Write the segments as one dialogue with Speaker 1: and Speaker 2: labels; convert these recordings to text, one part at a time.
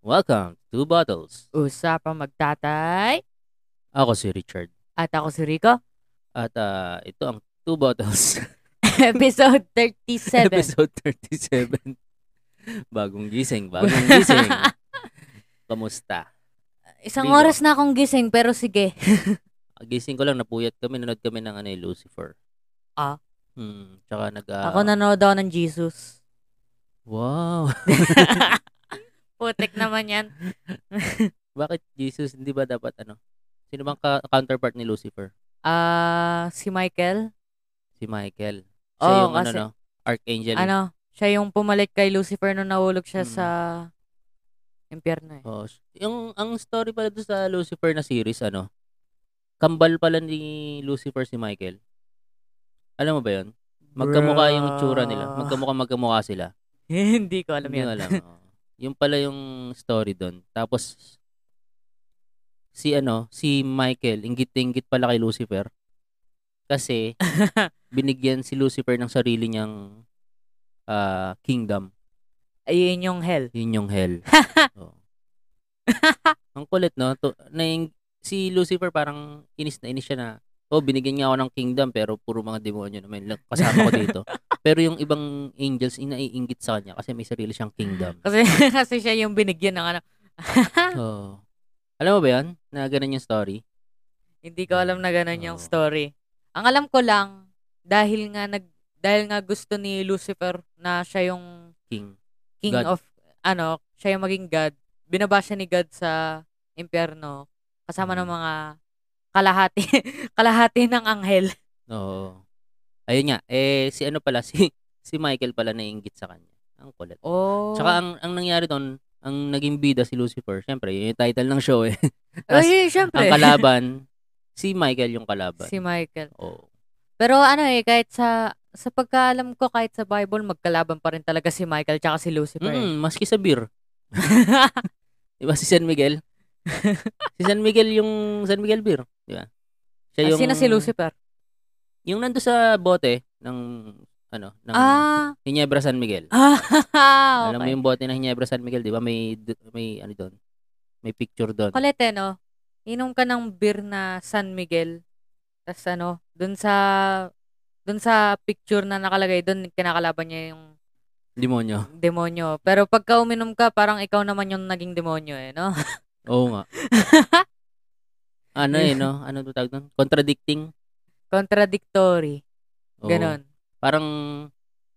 Speaker 1: Welcome to Two Bottles.
Speaker 2: Usapang magtatay.
Speaker 1: Ako si Richard.
Speaker 2: At ako si Rico.
Speaker 1: At ah, ito ang Two Bottles
Speaker 2: Episode 37.
Speaker 1: episode 37. Bagong gising, bagong gising. Kamusta?
Speaker 2: Isang
Speaker 1: Rico.
Speaker 2: oras na akong gising pero sige.
Speaker 1: Gising ko lang, napuyat kami, nanood kami ng ano, eh, Lucifer.
Speaker 2: Ah.
Speaker 1: Hmm, tsaka nag... ah,
Speaker 2: Ako nanood ako ng Jesus.
Speaker 1: Wow.
Speaker 2: Putik naman yan.
Speaker 1: Bakit Jesus, hindi ba dapat ano? Sino bang ka- counterpart ni Lucifer?
Speaker 2: Ah, si Michael.
Speaker 1: Si Michael. Siya
Speaker 2: Oo,
Speaker 1: yung
Speaker 2: Oh, kasi-
Speaker 1: ano, no? Archangel.
Speaker 2: Ano, siya yung pumalit kay Lucifer nung nahulog siya
Speaker 1: Mm.
Speaker 2: sa impyerno eh.
Speaker 1: Oh, s- yung ang story pala doon sa Lucifer na series ano, kambal pala ni Lucifer si Michael. Alam mo ba 'yon? Magkamukha yung tsura nila.
Speaker 2: Bruh.
Speaker 1: Magkamukha magkamukha sila.
Speaker 2: Hindi ko alam
Speaker 1: Hindi
Speaker 2: yan.
Speaker 1: ko alam. oo. Yung pala yung story doon. Tapos si ano, si Michael, inggit-inggit pala kay Lucifer. Kasi binigyan si Lucifer ng sarili niyang ah, kingdom.
Speaker 2: Ayun yung hell.
Speaker 1: Yun yung hell. Oo. Ang kulit, no? To, na yung- si Lucifer parang inis na inis siya na, oh, binigyan niya ako ng kingdom pero puro mga demonyo naman lang kasama ko dito. pero yung ibang angels, inaiingit sa kanya kasi may sarili siyang kingdom.
Speaker 2: Kasi kasi siya yung binigyan ng ano.
Speaker 1: Oh. Oo. Alam mo ba yan? Na ganun yung story?
Speaker 2: Hindi ko alam na ganun yung
Speaker 1: Oo.
Speaker 2: story. Ang alam ko lang dahil nga nag dahil nga gusto ni Lucifer na siya yung
Speaker 1: King.
Speaker 2: king
Speaker 1: God.
Speaker 2: of ano, siya yung maging god. Binaba siya ni God sa impyerno kasama ng
Speaker 1: Mm.
Speaker 2: mga kalahati kalahati ng anghel.
Speaker 1: Oo. Ayun nga. Eh, si ano pala, si, si Michael pala naiingit sa kanya. Ang kulit.
Speaker 2: Oh.
Speaker 1: Tsaka ang, ang nangyari doon, ang naging bida si Lucifer, syempre, yun yung title ng show eh.
Speaker 2: Ay, syempre.
Speaker 1: ang kalaban, si Michael yung kalaban.
Speaker 2: si Michael.
Speaker 1: Oo.
Speaker 2: Pero ano eh kahit sa sa pagkaalam ko kahit sa Bible magkalaban pa rin talaga si Michael tsaka si Lucifer. eh.
Speaker 1: Mm, maski sa beer. Diba si San Miguel? si San Miguel yung San Miguel beer. Diba? Siya
Speaker 2: Ah, Sino si Lucifer?
Speaker 1: Yung nando sa bote ng ano, ng
Speaker 2: Ah.
Speaker 1: Hinebra San Miguel.
Speaker 2: Ah.
Speaker 1: Alam mo
Speaker 2: okay.
Speaker 1: yung bote ng Hinebra San Miguel, di ba? May, d- may ano doon? May picture doon.
Speaker 2: Kolete, no? ano, Inom ka ng beer na San Miguel. Tapos ano, dun sa, dun sa picture na nakalagay, dun kinakalaban niya yung
Speaker 1: Demonyo.
Speaker 2: demonyo. Pero pagka uminom ka, parang ikaw naman yung naging demonyo eh, no?
Speaker 1: Oo nga. Ano eh, no? Ano to tawag doon? Contradicting.
Speaker 2: Contradictory.
Speaker 1: Oo.
Speaker 2: Ganon.
Speaker 1: Parang,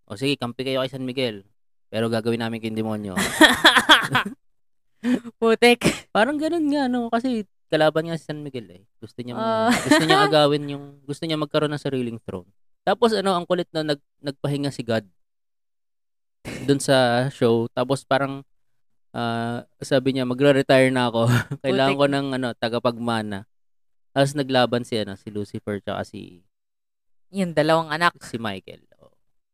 Speaker 1: o sige, kampi kayo kay San Miguel. Pero gagawin namin kayong demonyo.
Speaker 2: Putek.
Speaker 1: Parang ganun nga, no? Kasi kalaban nga si San Miguel eh. Gusto niya,
Speaker 2: Ah.
Speaker 1: gusto niya agawin yung, gusto niya magkaroon ng sariling throne. Tapos ano, ang kulit na nag, nagpahinga si God dun sa show. Tapos parang ah, sabi niya, magre-retire na ako. Kailangan ko
Speaker 2: Putik.
Speaker 1: ng ano, tagapagmana. Tapos naglaban si, ano, si Lucifer tsaka si,
Speaker 2: Yung dalawang anak.
Speaker 1: si Michael. Oo.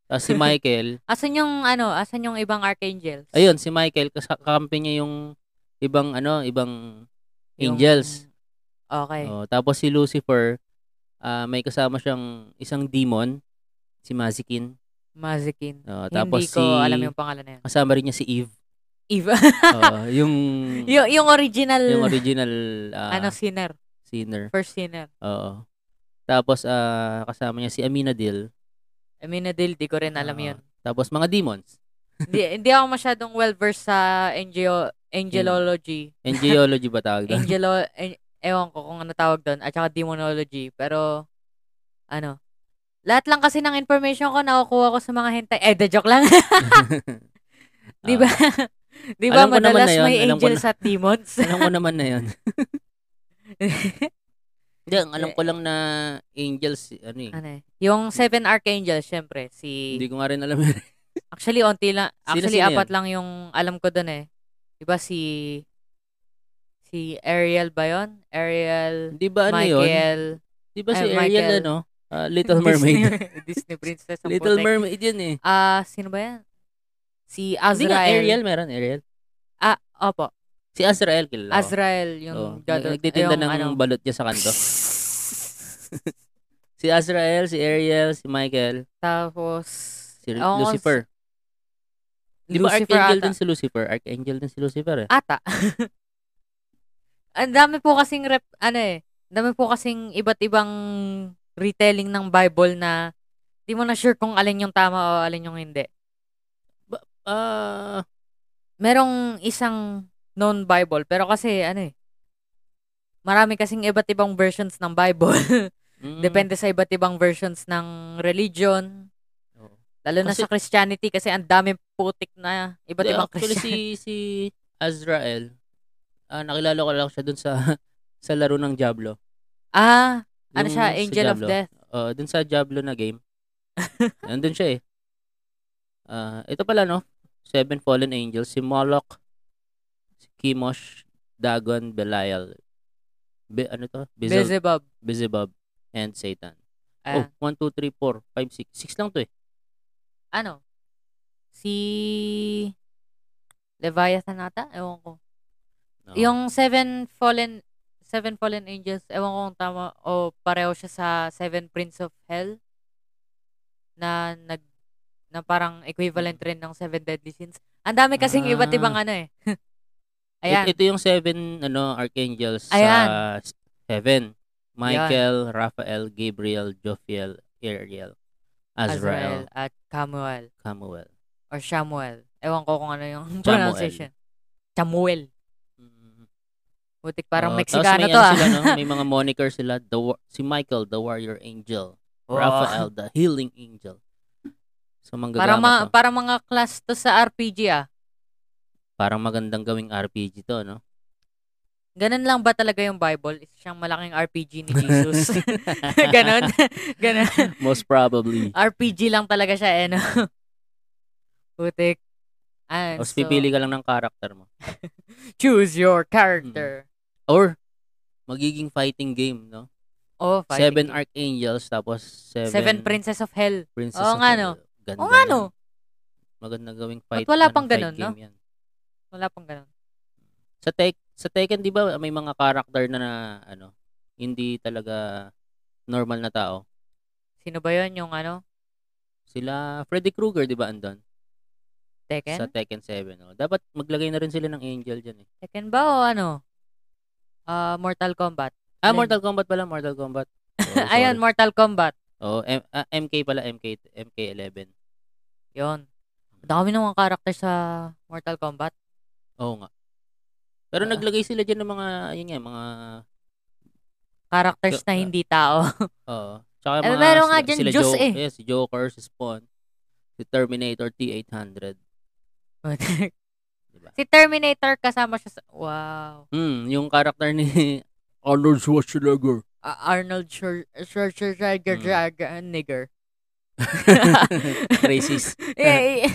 Speaker 1: Tapos si Michael,
Speaker 2: Asan yung ano, asan yung ibang archangels?
Speaker 1: ayun, si Michael, kas- kakampi niya yung ibang, ano, ibang
Speaker 2: Yung-
Speaker 1: angels.
Speaker 2: Okay.
Speaker 1: Oh, tapos si Lucifer, ah, may kasama siyang isang demon, si Mazikin.
Speaker 2: Mazikin.
Speaker 1: Oh, tapos
Speaker 2: Hindi ko
Speaker 1: si
Speaker 2: alam yung pangalan na yun.
Speaker 1: kasama rin niya si Eve.
Speaker 2: Eva.
Speaker 1: Oh, yung
Speaker 2: yung, yung original,
Speaker 1: yung original ah,
Speaker 2: ano, sinner.
Speaker 1: sinner.
Speaker 2: First sinner.
Speaker 1: Oo. Tapos ah, kasama niya si Aminadil,
Speaker 2: Aminadil, di ko rin alam
Speaker 1: Oo.
Speaker 2: yun.
Speaker 1: tapos mga demons,
Speaker 2: Hindi hindi ako masyadong well-versed sa angel, angelology.
Speaker 1: and geology ba tawag doon?
Speaker 2: Angelo, en, ewan ko kung ano tawag doon. At saka demonology. Pero, ano. Lahat lang kasi ng information ko nakukuha ko sa mga hentai. Eh, the joke lang. Di ba? Di ba
Speaker 1: Ah. Alam ko naman na
Speaker 2: madalas
Speaker 1: yun,
Speaker 2: may
Speaker 1: alam ko
Speaker 2: angels at demons?
Speaker 1: alam ko naman na 'yon. Hindi, ang alam ko lang na angels, ano eh.
Speaker 2: ano eh. Yung seven archangels, syempre. Si,
Speaker 1: Hindi ko nga rin alam yun.
Speaker 2: actually, onti lang. Actually,
Speaker 1: sino yun?
Speaker 2: apat lang yung alam ko doon eh. Di ba si, si Ariel ba yun? Ariel,
Speaker 1: Di ba ano yun?
Speaker 2: Michael,
Speaker 1: Di ba si
Speaker 2: Ay,
Speaker 1: Ariel
Speaker 2: Michael.
Speaker 1: ano? Ah, Little Mermaid.
Speaker 2: Disney, Disney Princess. ang
Speaker 1: Little
Speaker 2: putik.
Speaker 1: Mermaid yun eh.
Speaker 2: Ah, sino ba yan? Si Azrael.
Speaker 1: Hindi nga, Ariel meron, Ariel.
Speaker 2: Ah, opo.
Speaker 1: Si Azrael, kilala ko.
Speaker 2: Azrael, yung ano.
Speaker 1: Oo.
Speaker 2: god of-
Speaker 1: Nag- Nagtitinda
Speaker 2: yung
Speaker 1: ng
Speaker 2: ano.
Speaker 1: balot niya sa kanto. Si Azrael, si Ariel, si Michael,
Speaker 2: Tapos,
Speaker 1: si
Speaker 2: ewan ko,
Speaker 1: Lucifer. Di ba
Speaker 2: Lucifer
Speaker 1: Archangel
Speaker 2: ata.
Speaker 1: din si Lucifer? Archangel din si Lucifer eh.
Speaker 2: Ata. Ang dami po kasing rep, ano eh, ang dami po kasing iba't ibang retelling ng Bible na di mo na sure kung alin yung tama o alin yung hindi.
Speaker 1: Ah,
Speaker 2: Merong isang known Bible, pero kasi ano eh, marami kasing iba't ibang versions ng Bible.
Speaker 1: mm,
Speaker 2: Depende sa iba't ibang versions ng religion.
Speaker 1: Oo.
Speaker 2: Lalo
Speaker 1: Oh.
Speaker 2: na
Speaker 1: Kasi-
Speaker 2: sa Christianity kasi ang daming putik na iba't
Speaker 1: Hindi,
Speaker 2: ibang
Speaker 1: Actually,
Speaker 2: Christian.
Speaker 1: si, si Azrael, ah, nakilala ko lang siya dun sa sa laro ng Diablo.
Speaker 2: Ah, ano
Speaker 1: Yung
Speaker 2: siya?
Speaker 1: sa
Speaker 2: Angel of
Speaker 1: Diablo.
Speaker 2: Death.
Speaker 1: Oo, dun sa Diablo na game. Nandun siya eh. Ah, ito pala no, Seven Fallen Angels, si Moloch, si Chemosh, Dagon, Belial, Be, ano to? Bezel,
Speaker 2: Beelzebub.
Speaker 1: Beelzebub, and Satan.
Speaker 2: Ah.
Speaker 1: Oh, 1, 2, 3, 4, 5, 6. 6 lang to eh.
Speaker 2: ano, si Leviathan ata, ewan ko.
Speaker 1: Oo.
Speaker 2: Yung Seven Fallen Seven Fallen Angels, ewan ko kung tama o pareho siya sa Seven Prince of Hell na nag na parang equivalent rin ng Seven Deadly Sins. Ang dami kasing
Speaker 1: Ah.
Speaker 2: iba't ibang ano eh. Ayan.
Speaker 1: It- ito yung seven ano archangels
Speaker 2: Ayan.
Speaker 1: sa s- heaven. Michael, Raphael, Gabriel, Jophiel, Ariel, Azrael,
Speaker 2: at Camuel
Speaker 1: Samuel.
Speaker 2: or Shamuel. Ewan ko kung ano yung
Speaker 1: Chamuel.
Speaker 2: pronunciation. Chamuel.
Speaker 1: Mm.
Speaker 2: Butik parang
Speaker 1: Oh, tapos
Speaker 2: Meksikano
Speaker 1: may
Speaker 2: to
Speaker 1: ano
Speaker 2: ah.
Speaker 1: Sila, no? May mga moniker sila. The, wa- si Michael, the warrior angel.
Speaker 2: Oo.
Speaker 1: Raphael, the healing angel. So, manggagama
Speaker 2: Parang mga,
Speaker 1: to.
Speaker 2: parang mga class to sa RPG ah.
Speaker 1: Parang magandang gawing RPG to, no?
Speaker 2: Ganun lang ba talaga yung Bible? Isa siyang malaking RPG ni Jesus. Ganun. Ganun.
Speaker 1: Most probably.
Speaker 2: RPG lang talaga siya eh. No? Putik. And
Speaker 1: Tapos
Speaker 2: so,
Speaker 1: pipili ka lang ng character mo.
Speaker 2: choose your character.
Speaker 1: Or, magiging fighting game, no?
Speaker 2: Oh, fighting
Speaker 1: Hmm. seven
Speaker 2: game.
Speaker 1: archangels, tapos seven,
Speaker 2: Seven Princess of Hell.
Speaker 1: princess
Speaker 2: Oo
Speaker 1: of
Speaker 2: nga,
Speaker 1: the-
Speaker 2: no?
Speaker 1: Ganda
Speaker 2: Oo nga,
Speaker 1: nun.
Speaker 2: no?
Speaker 1: Maganda gawing fight.
Speaker 2: wala
Speaker 1: ano,
Speaker 2: pang
Speaker 1: fight
Speaker 2: ganun, no?
Speaker 1: game yan.
Speaker 2: Wala pang ganun.
Speaker 1: Sa, tek, sa Tekken, di ba, may mga character na, na, ano, hindi talaga normal na tao.
Speaker 2: Sino ba yun? Yung ano?
Speaker 1: Sila, Freddy Krueger, di ba, andon? Sa
Speaker 2: Tekken?
Speaker 1: Tekken 7. No? Dapat maglagay na rin sila ng angel dyan eh.
Speaker 2: Tekken ba o ano? Ah, Mortal Kombat.
Speaker 1: Ah,
Speaker 2: Alin?
Speaker 1: Mortal Kombat pala, Mortal Kombat. Oh,
Speaker 2: Ayun, Mortal Kombat.
Speaker 1: Oh, M- ah, MK pala, MK, MK11.
Speaker 2: Yun. Ang Dami ng mga character sa Mortal Kombat.
Speaker 1: Oo nga. Pero
Speaker 2: Ah.
Speaker 1: naglagay sila dyan ng mga, yun nga, mga,
Speaker 2: characters
Speaker 1: Yo-
Speaker 2: na hindi tao.
Speaker 1: oo. Tsaka
Speaker 2: Eh,
Speaker 1: mga,
Speaker 2: meron nga
Speaker 1: sila-
Speaker 2: dyan
Speaker 1: sila
Speaker 2: Diyos
Speaker 1: Jo-
Speaker 2: eh.
Speaker 1: si Joker, si Spawn, si Terminator T-800. Diba?
Speaker 2: si Terminator kasama siya sa... Wow.
Speaker 1: Hmm, yung character ni Arnold Schwarzenegger.
Speaker 2: A- Arnold Schwar- Schwarzenegger
Speaker 1: Mm.
Speaker 2: Schwarzenegger- nigger.
Speaker 1: Racist.
Speaker 2: Eh, eh,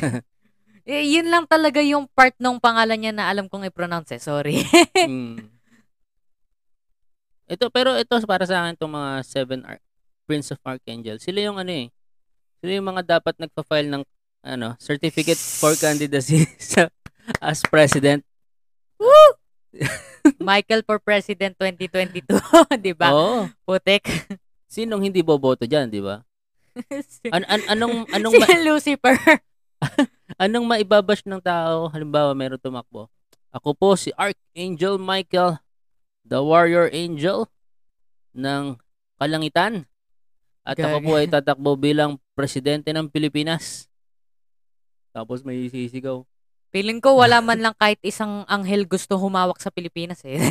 Speaker 2: eh, yun lang talaga yung part ng pangalan niya na alam kong i-pronounce eh. Sorry.
Speaker 1: Hmm. Ito, pero ito para sa akin itong mga Seven Ar- Prince of Archangel. Sila yung ano eh. Sila yung mga dapat nagpa-file ng ano, certificate for candidacy sa, as president.
Speaker 2: Woo! Michael for President 2022. di ba?
Speaker 1: Oo.
Speaker 2: Putik.
Speaker 1: Sinong hindi boboto diyan, 'di ba?
Speaker 2: si
Speaker 1: An- an- anong anong
Speaker 2: si
Speaker 1: ma-
Speaker 2: Lucifer.
Speaker 1: anong maibabash ng tao halimbawa meron tumakbo? Ako po si Archangel Michael, the warrior angel ng kalangitan. At ako
Speaker 2: Gag.
Speaker 1: po ay tatakbo bilang presidente ng Pilipinas. Tapos may sisigaw.
Speaker 2: Feeling ko wala man lang kahit isang anghel gusto humawak sa Pilipinas eh.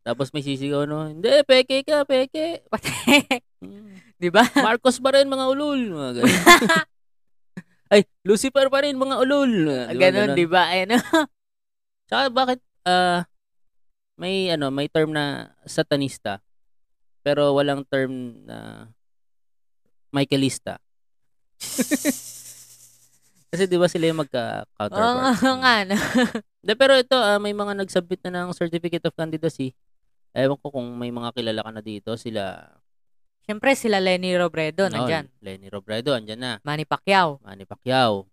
Speaker 1: Tapos may sisigaw no, hindi, peke ka, peke.
Speaker 2: Putik.
Speaker 1: Mm.
Speaker 2: di ba?
Speaker 1: Marcos pa rin mga ulol. Mga ganun. ay, Lucifer pa rin mga ulol. Di ba,
Speaker 2: Ganon, di ba? Eh, Ayun.
Speaker 1: Tsaka bakit ah, may ano, may term na satanista pero walang term na Michaelista. Kasi 'di ba sila yung magka-counterpart.
Speaker 2: Oo nga, nga, no?
Speaker 1: De, pero ito ah, may mga nagsubmit na ng certificate of candidacy. Ewan ko kung may mga kilala ka na dito sila
Speaker 2: Siyempre, sila Lenny Robredo,
Speaker 1: ano,
Speaker 2: nandyan.
Speaker 1: Lenny Robredo andyan na,
Speaker 2: Manny Pacquiao.
Speaker 1: Manny Pacquiao,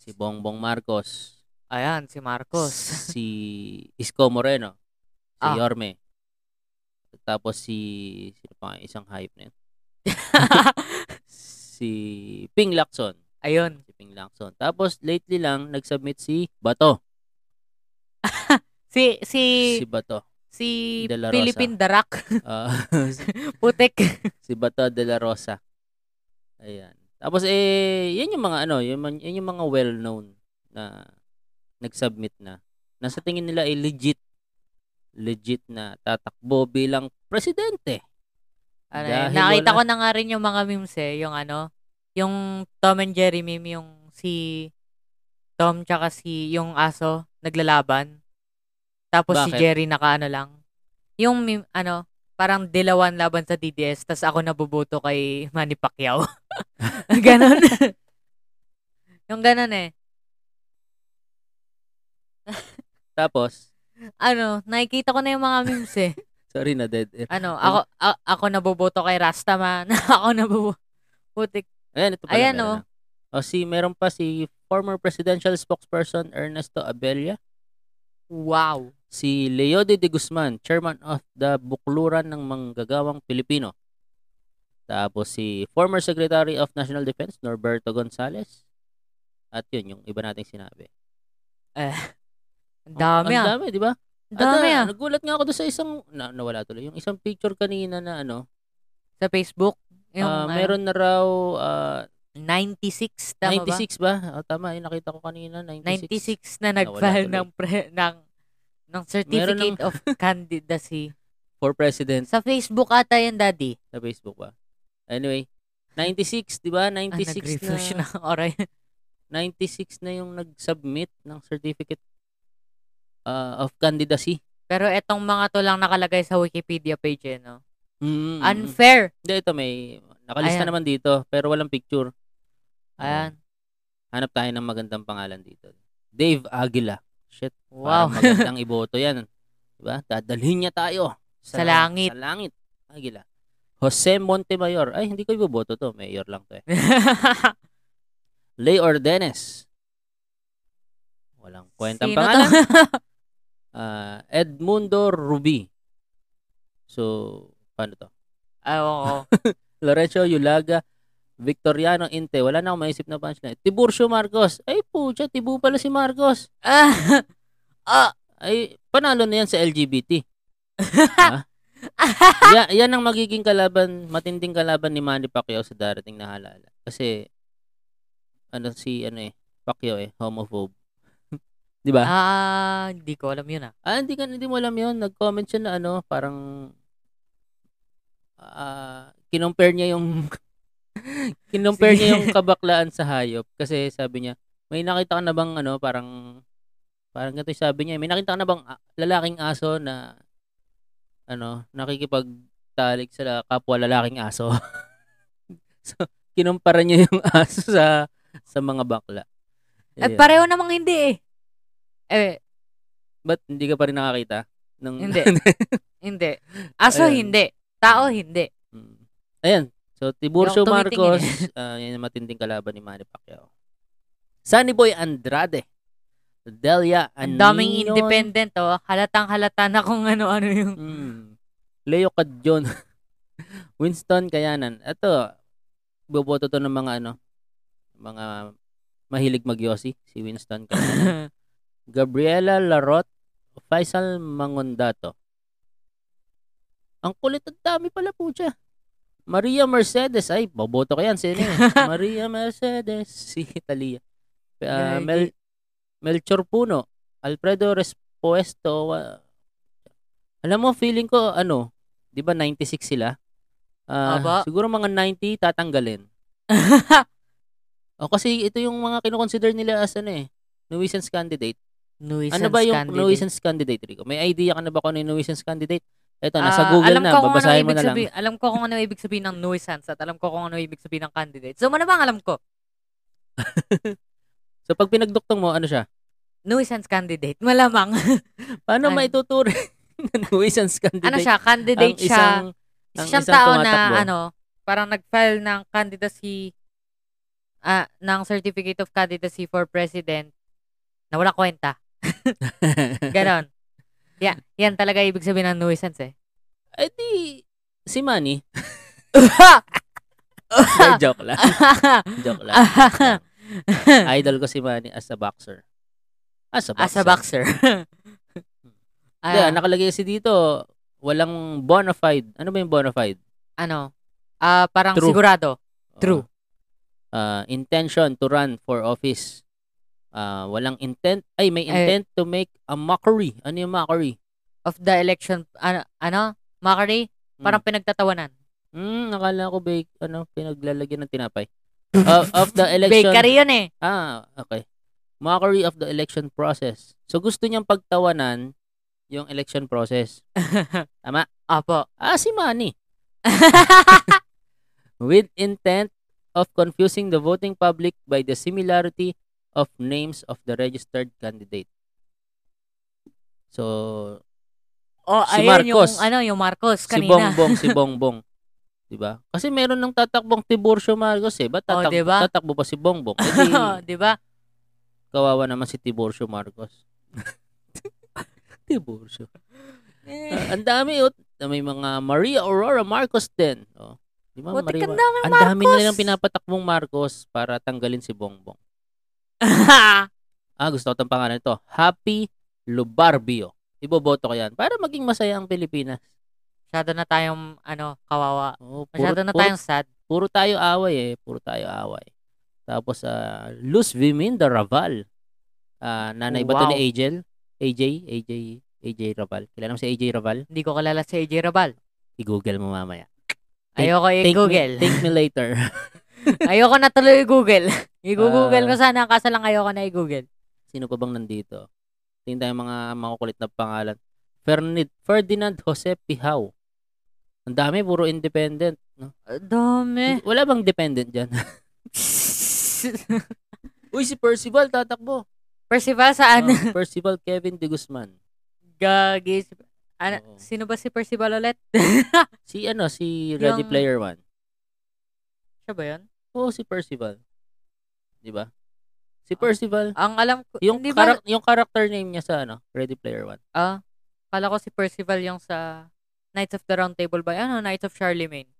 Speaker 1: si Bongbong Marcos,
Speaker 2: Ayan, si Marcos.
Speaker 1: si Isko Moreno, si
Speaker 2: Ah.
Speaker 1: Yorme. Tapos si, sino pa nga yung isang hype na yun? si Ping Lacson.
Speaker 2: Ayun.
Speaker 1: Si Ping Lacson. Tapos lately lang, nag-submit si Bato.
Speaker 2: Si, si,
Speaker 1: Si Bato.
Speaker 2: si
Speaker 1: De La Rosa.
Speaker 2: Philippine Darak.
Speaker 1: Ah,
Speaker 2: Putik.
Speaker 1: si Bato de la Rosa. Ayan. Tapos eh, yan yung mga ano, yun, man- yun yung mga well-known na nag-submit na. Nasa tingin nila ay legit legit na tatakbo bilang presidente.
Speaker 2: Ano,
Speaker 1: Dahil
Speaker 2: yun. nakita
Speaker 1: wala-
Speaker 2: ko na nga rin yung mga memes eh. Yung ano, yung Tom and Jerry meme, yung si Tom tsaka si yung aso naglalaban. Tapos si
Speaker 1: Bakit?
Speaker 2: Jerry nakaano lang. Yung meme, ano, parang dilawan laban sa DDS, tas ako nabubuto kay Manny Pacquiao. ganon. yung ganon eh.
Speaker 1: Tapos,
Speaker 2: Ano, nakikita ko na yung mga memes eh.
Speaker 1: sorry na dead air.
Speaker 2: Ano, ako, a- ako nabubuto kay Rasta man. ako nabubuto. Putik.
Speaker 1: Ayan, ito pala.
Speaker 2: Ayan,
Speaker 1: meron
Speaker 2: oh.
Speaker 1: na. O si, meron pa si former presidential spokesperson Ernesto Abella,
Speaker 2: Wow.
Speaker 1: si Leode de Guzman, chairman of the Bukluran ng Manggagawang Pilipino. Tapos si former Secretary of National Defense Norberto Gonzales. At yun, yung iba nating sinabi. Oh,
Speaker 2: Ang dami
Speaker 1: Ang
Speaker 2: ah.
Speaker 1: dami, di ba?
Speaker 2: Ang
Speaker 1: At,
Speaker 2: dami
Speaker 1: ah,
Speaker 2: ah.
Speaker 1: Nagulat nga ako doon sa isang, na, nawala tuloy, yung isang picture kanina na ano,
Speaker 2: Sa Facebook. Yung,
Speaker 1: ah,
Speaker 2: ano,
Speaker 1: meron na raw ah,
Speaker 2: 96, tama 96, ba?
Speaker 1: 96 ba? Oh, tama, yun nakita ko kanina, 96.
Speaker 2: 96 na nag-file
Speaker 1: Nawala
Speaker 2: ng, pre, ng, ng Certificate of Candidacy.
Speaker 1: For president
Speaker 2: Sa Facebook ata yan, Daddy.
Speaker 1: sa Facebook ba? Anyway, 96, di ba?
Speaker 2: Ah,
Speaker 1: 96
Speaker 2: nag-refresh
Speaker 1: na,
Speaker 2: na. Alright.
Speaker 1: 96 na yung nag-submit ng certificate ah, of candidacy.
Speaker 2: Pero etong mga to lang nakalagay sa Wikipedia page eh, no?
Speaker 1: Mm.
Speaker 2: Unfair.
Speaker 1: Hindi, ito may, nakalista
Speaker 2: Ayan.
Speaker 1: naman dito, pero walang picture.
Speaker 2: Ayan.
Speaker 1: Hanap tayo ng magandang pangalan dito. Dave Aguila. Shit,
Speaker 2: Wow.
Speaker 1: parang magandang iboto yan. Diba? Dadalhin niya tayo.
Speaker 2: Sa langit.
Speaker 1: Sa langit. Aguila. Jose Montemayor. Ay, hindi ko iboboto to. Mayor lang to eh. Lay Ordenes. Walang kwentang
Speaker 2: Sino to?
Speaker 1: pangalan. Ah, Edmundo Rubi. So, paano to?
Speaker 2: Ah, oo.
Speaker 1: Lorenzo Yulaga, Victoriano Inte. Wala na akong maisip na punchline. Tiburcio Marcos. Ay, pucha, tibu pala si Marcos.
Speaker 2: Ah, ah,
Speaker 1: Ay, panalo na yan sa LGBT. Ha? Ah. Ya- yan ang magiging kalaban, matinding kalaban ni Manny Pacquiao sa darating na halalan. Kasi, ano si, ano eh, Pacquiao eh, homophobe. Di ba?
Speaker 2: ah, hindi ko alam yun ah.
Speaker 1: Ah, hindi, ka, hindi mo alam yun. Nag-comment siya na ano, parang ah kinompare niya yung kinompare niya yung kabaklaan sa hayop kasi sabi niya, may nakita ka na bang ano, parang parang ganito yung sabi niya, may nakita ka na bang ah, lalaking aso na ano, nakikipagtalik sa kapwa lalaking aso. so, kinumpara niya yung aso sa sa mga bakla.
Speaker 2: Eh,
Speaker 1: Ayun.
Speaker 2: pareho namang hindi eh. Eh,
Speaker 1: Ba't hindi ka pa rin nakakita? Nung,
Speaker 2: Hindi. Hindi. Aso,
Speaker 1: Ayun.
Speaker 2: hindi. Tao, hindi.
Speaker 1: Mm. Ayan. So, Tiburcio
Speaker 2: Yung tumitingin
Speaker 1: Marcos, ah, yan ang matinding kalaban ni Manny Pacquiao. Sunny Boy Andrade. Delia
Speaker 2: Ang
Speaker 1: Aninon.
Speaker 2: daming independent, oh. Halatang halata na kung ano-ano yung...
Speaker 1: Mm. Leo Cadjon. Winston Kayanan. Ito, boboto to ng mga ano, mga mahilig magyosi, si Winston Kayanan. Gabriela Larot, Faisal Mangondato. Ang kulit at dami pala po siya. Maria Mercedes. Ay, boboto ko yan. Sino yun? Maria Mercedes. Si Italia. Ah,
Speaker 2: Lagi.
Speaker 1: Mel- Melchor Puno. Alfredo Respuesto. wa- alam mo, feeling ko, ano, di ba 96 sila? Ah,
Speaker 2: Aba.
Speaker 1: siguro mga 90 tatanggalin. O kasi ito yung mga kinoconsider nila as ano eh, nuisance candidate.
Speaker 2: Nuisance
Speaker 1: Ano ba yung
Speaker 2: candidate.
Speaker 1: nuisance candidate, Rico? May idea ka na ba kung ano yung nuisance candidate? Eto,
Speaker 2: Ah,
Speaker 1: nasa Google
Speaker 2: alam
Speaker 1: na.
Speaker 2: ko kung
Speaker 1: Babasahin mo
Speaker 2: ano
Speaker 1: na
Speaker 2: ibig
Speaker 1: lang.
Speaker 2: sabihin- alam ko kung ano ibig sabihin ng nuisance at alam ko kung ano ibig sabihin ng candidate. So, ano bang alam ko?
Speaker 1: So, pag pinagduktong mo, ano siya?
Speaker 2: Nuisance candidate. Malamang.
Speaker 1: Paano
Speaker 2: Ano?
Speaker 1: maituturing na nuisance candidate?
Speaker 2: ano siya? Candidate
Speaker 1: Ang
Speaker 2: siya.
Speaker 1: isang, ang
Speaker 2: Isa siyang
Speaker 1: isang
Speaker 2: tao
Speaker 1: tumatakbo.
Speaker 2: na, ano, parang nag-file ng candidacy, ah, ng Certificate of Candidacy for President na wala kwenta. Ganon. yan, yan talaga ibig sabihin ng nuisance eh.
Speaker 1: Eh di, si Manny. Hindi,
Speaker 2: Ah!
Speaker 1: joke lang. joke lang. Idol ko si Manny as a boxer. As a boxer.
Speaker 2: As a boxer.
Speaker 1: Hindi,
Speaker 2: Ah,
Speaker 1: nakalagay kasi dito, walang bona fide. Ano ba yung bona fide?
Speaker 2: ano? Ah, parang
Speaker 1: True.
Speaker 2: sigurado. True.
Speaker 1: Uh, intention to run for office. Uh, walang intent. Ay, may
Speaker 2: Eh.
Speaker 1: intent to make a mockery. Ano yung mockery?
Speaker 2: Of the election, ano? ano? Mockery? Parang pinagtatawanan.
Speaker 1: Hmm, nakala ko bake, ano, pinaglalagyan ng tinapay. of, of the election.
Speaker 2: Bakery yun eh.
Speaker 1: Ah, okay. Mockery of the election process. So gusto niyang pagtawanan yung election process.
Speaker 2: Apo.
Speaker 1: Ah, si Manny. With intent of confusing the voting public by the similarity of names of the registered candidate. So,
Speaker 2: o,
Speaker 1: Si
Speaker 2: Oh, ayun
Speaker 1: Marcos.
Speaker 2: yung, ano, yung Marcos
Speaker 1: si
Speaker 2: kanina.
Speaker 1: Bongbong, si Bongbong. 'Di ba? Kasi meron ng tatakbong Tiburcio Marcos eh. Ba't
Speaker 2: Oh,
Speaker 1: tatakbo,
Speaker 2: 'di ba?
Speaker 1: tatakbo pa si Bongbong? Eh, di,
Speaker 2: Oh, di ba?
Speaker 1: kawawa naman si Tiburcio Marcos. Tiburcio. Ah, ang dami oh. May mga Maria Aurora Marcos din. Oh. Di ba,
Speaker 2: Buti
Speaker 1: Maria
Speaker 2: ka naman,
Speaker 1: Ang
Speaker 2: Marcos.
Speaker 1: dami nilang pinapatakbong Marcos para tanggalin si Bongbong. Ah, gusto ko itong pangalan ito. Happy Lubarbio. Iboboto ko yan. Para maging masaya ang Pilipinas.
Speaker 2: Masyado na tayong, ano, kawawa.
Speaker 1: Oh, puro,
Speaker 2: Masyado na tayong sad.
Speaker 1: Puro, puro tayo away eh. Puro tayo away. Tapos, ah, Luz Viminda Raval. Ah, nanay ba to
Speaker 2: Wow.
Speaker 1: ni Angel? AJ? AJ? AJ Raval. Kilala mo si AJ Raval?
Speaker 2: Hindi ko kalala si AJ Rabal.
Speaker 1: I-google mo mamaya. Take-
Speaker 2: Ayoko
Speaker 1: Me,
Speaker 2: i-google.
Speaker 1: take me later.
Speaker 2: Ayoko na tuloy i-google. I-google
Speaker 1: Ah.
Speaker 2: ko sana, kaso lang ayoko na i-google.
Speaker 1: Sino pa bang nandito? Tingin tayo mga makukulit na pangalan. Fernid, Ferdinand Jose Pihaw. Ang dami, puro independent. No?
Speaker 2: Ah, Dami.
Speaker 1: Wala bang dependent dyan? Uy, si Percival, tatakbo.
Speaker 2: Percival, saan?
Speaker 1: Ah, Percival Kevin de Guzman.
Speaker 2: Gagi. Ano,
Speaker 1: Oo.
Speaker 2: sino ba si Percival ulit?
Speaker 1: Si ano, si Ready
Speaker 2: Yung-
Speaker 1: Player One.
Speaker 2: Siya ba yun?
Speaker 1: Oo, si Percival. Di ba? Si Percival.
Speaker 2: Ang alam ko,
Speaker 1: Yung,
Speaker 2: hindi ba?
Speaker 1: karak- yung character name niya sa ano, Ready Player One.
Speaker 2: Ah, kala ko si Percival yung sa Knights of the Round Table ba? Ano, Knights of Charlemagne.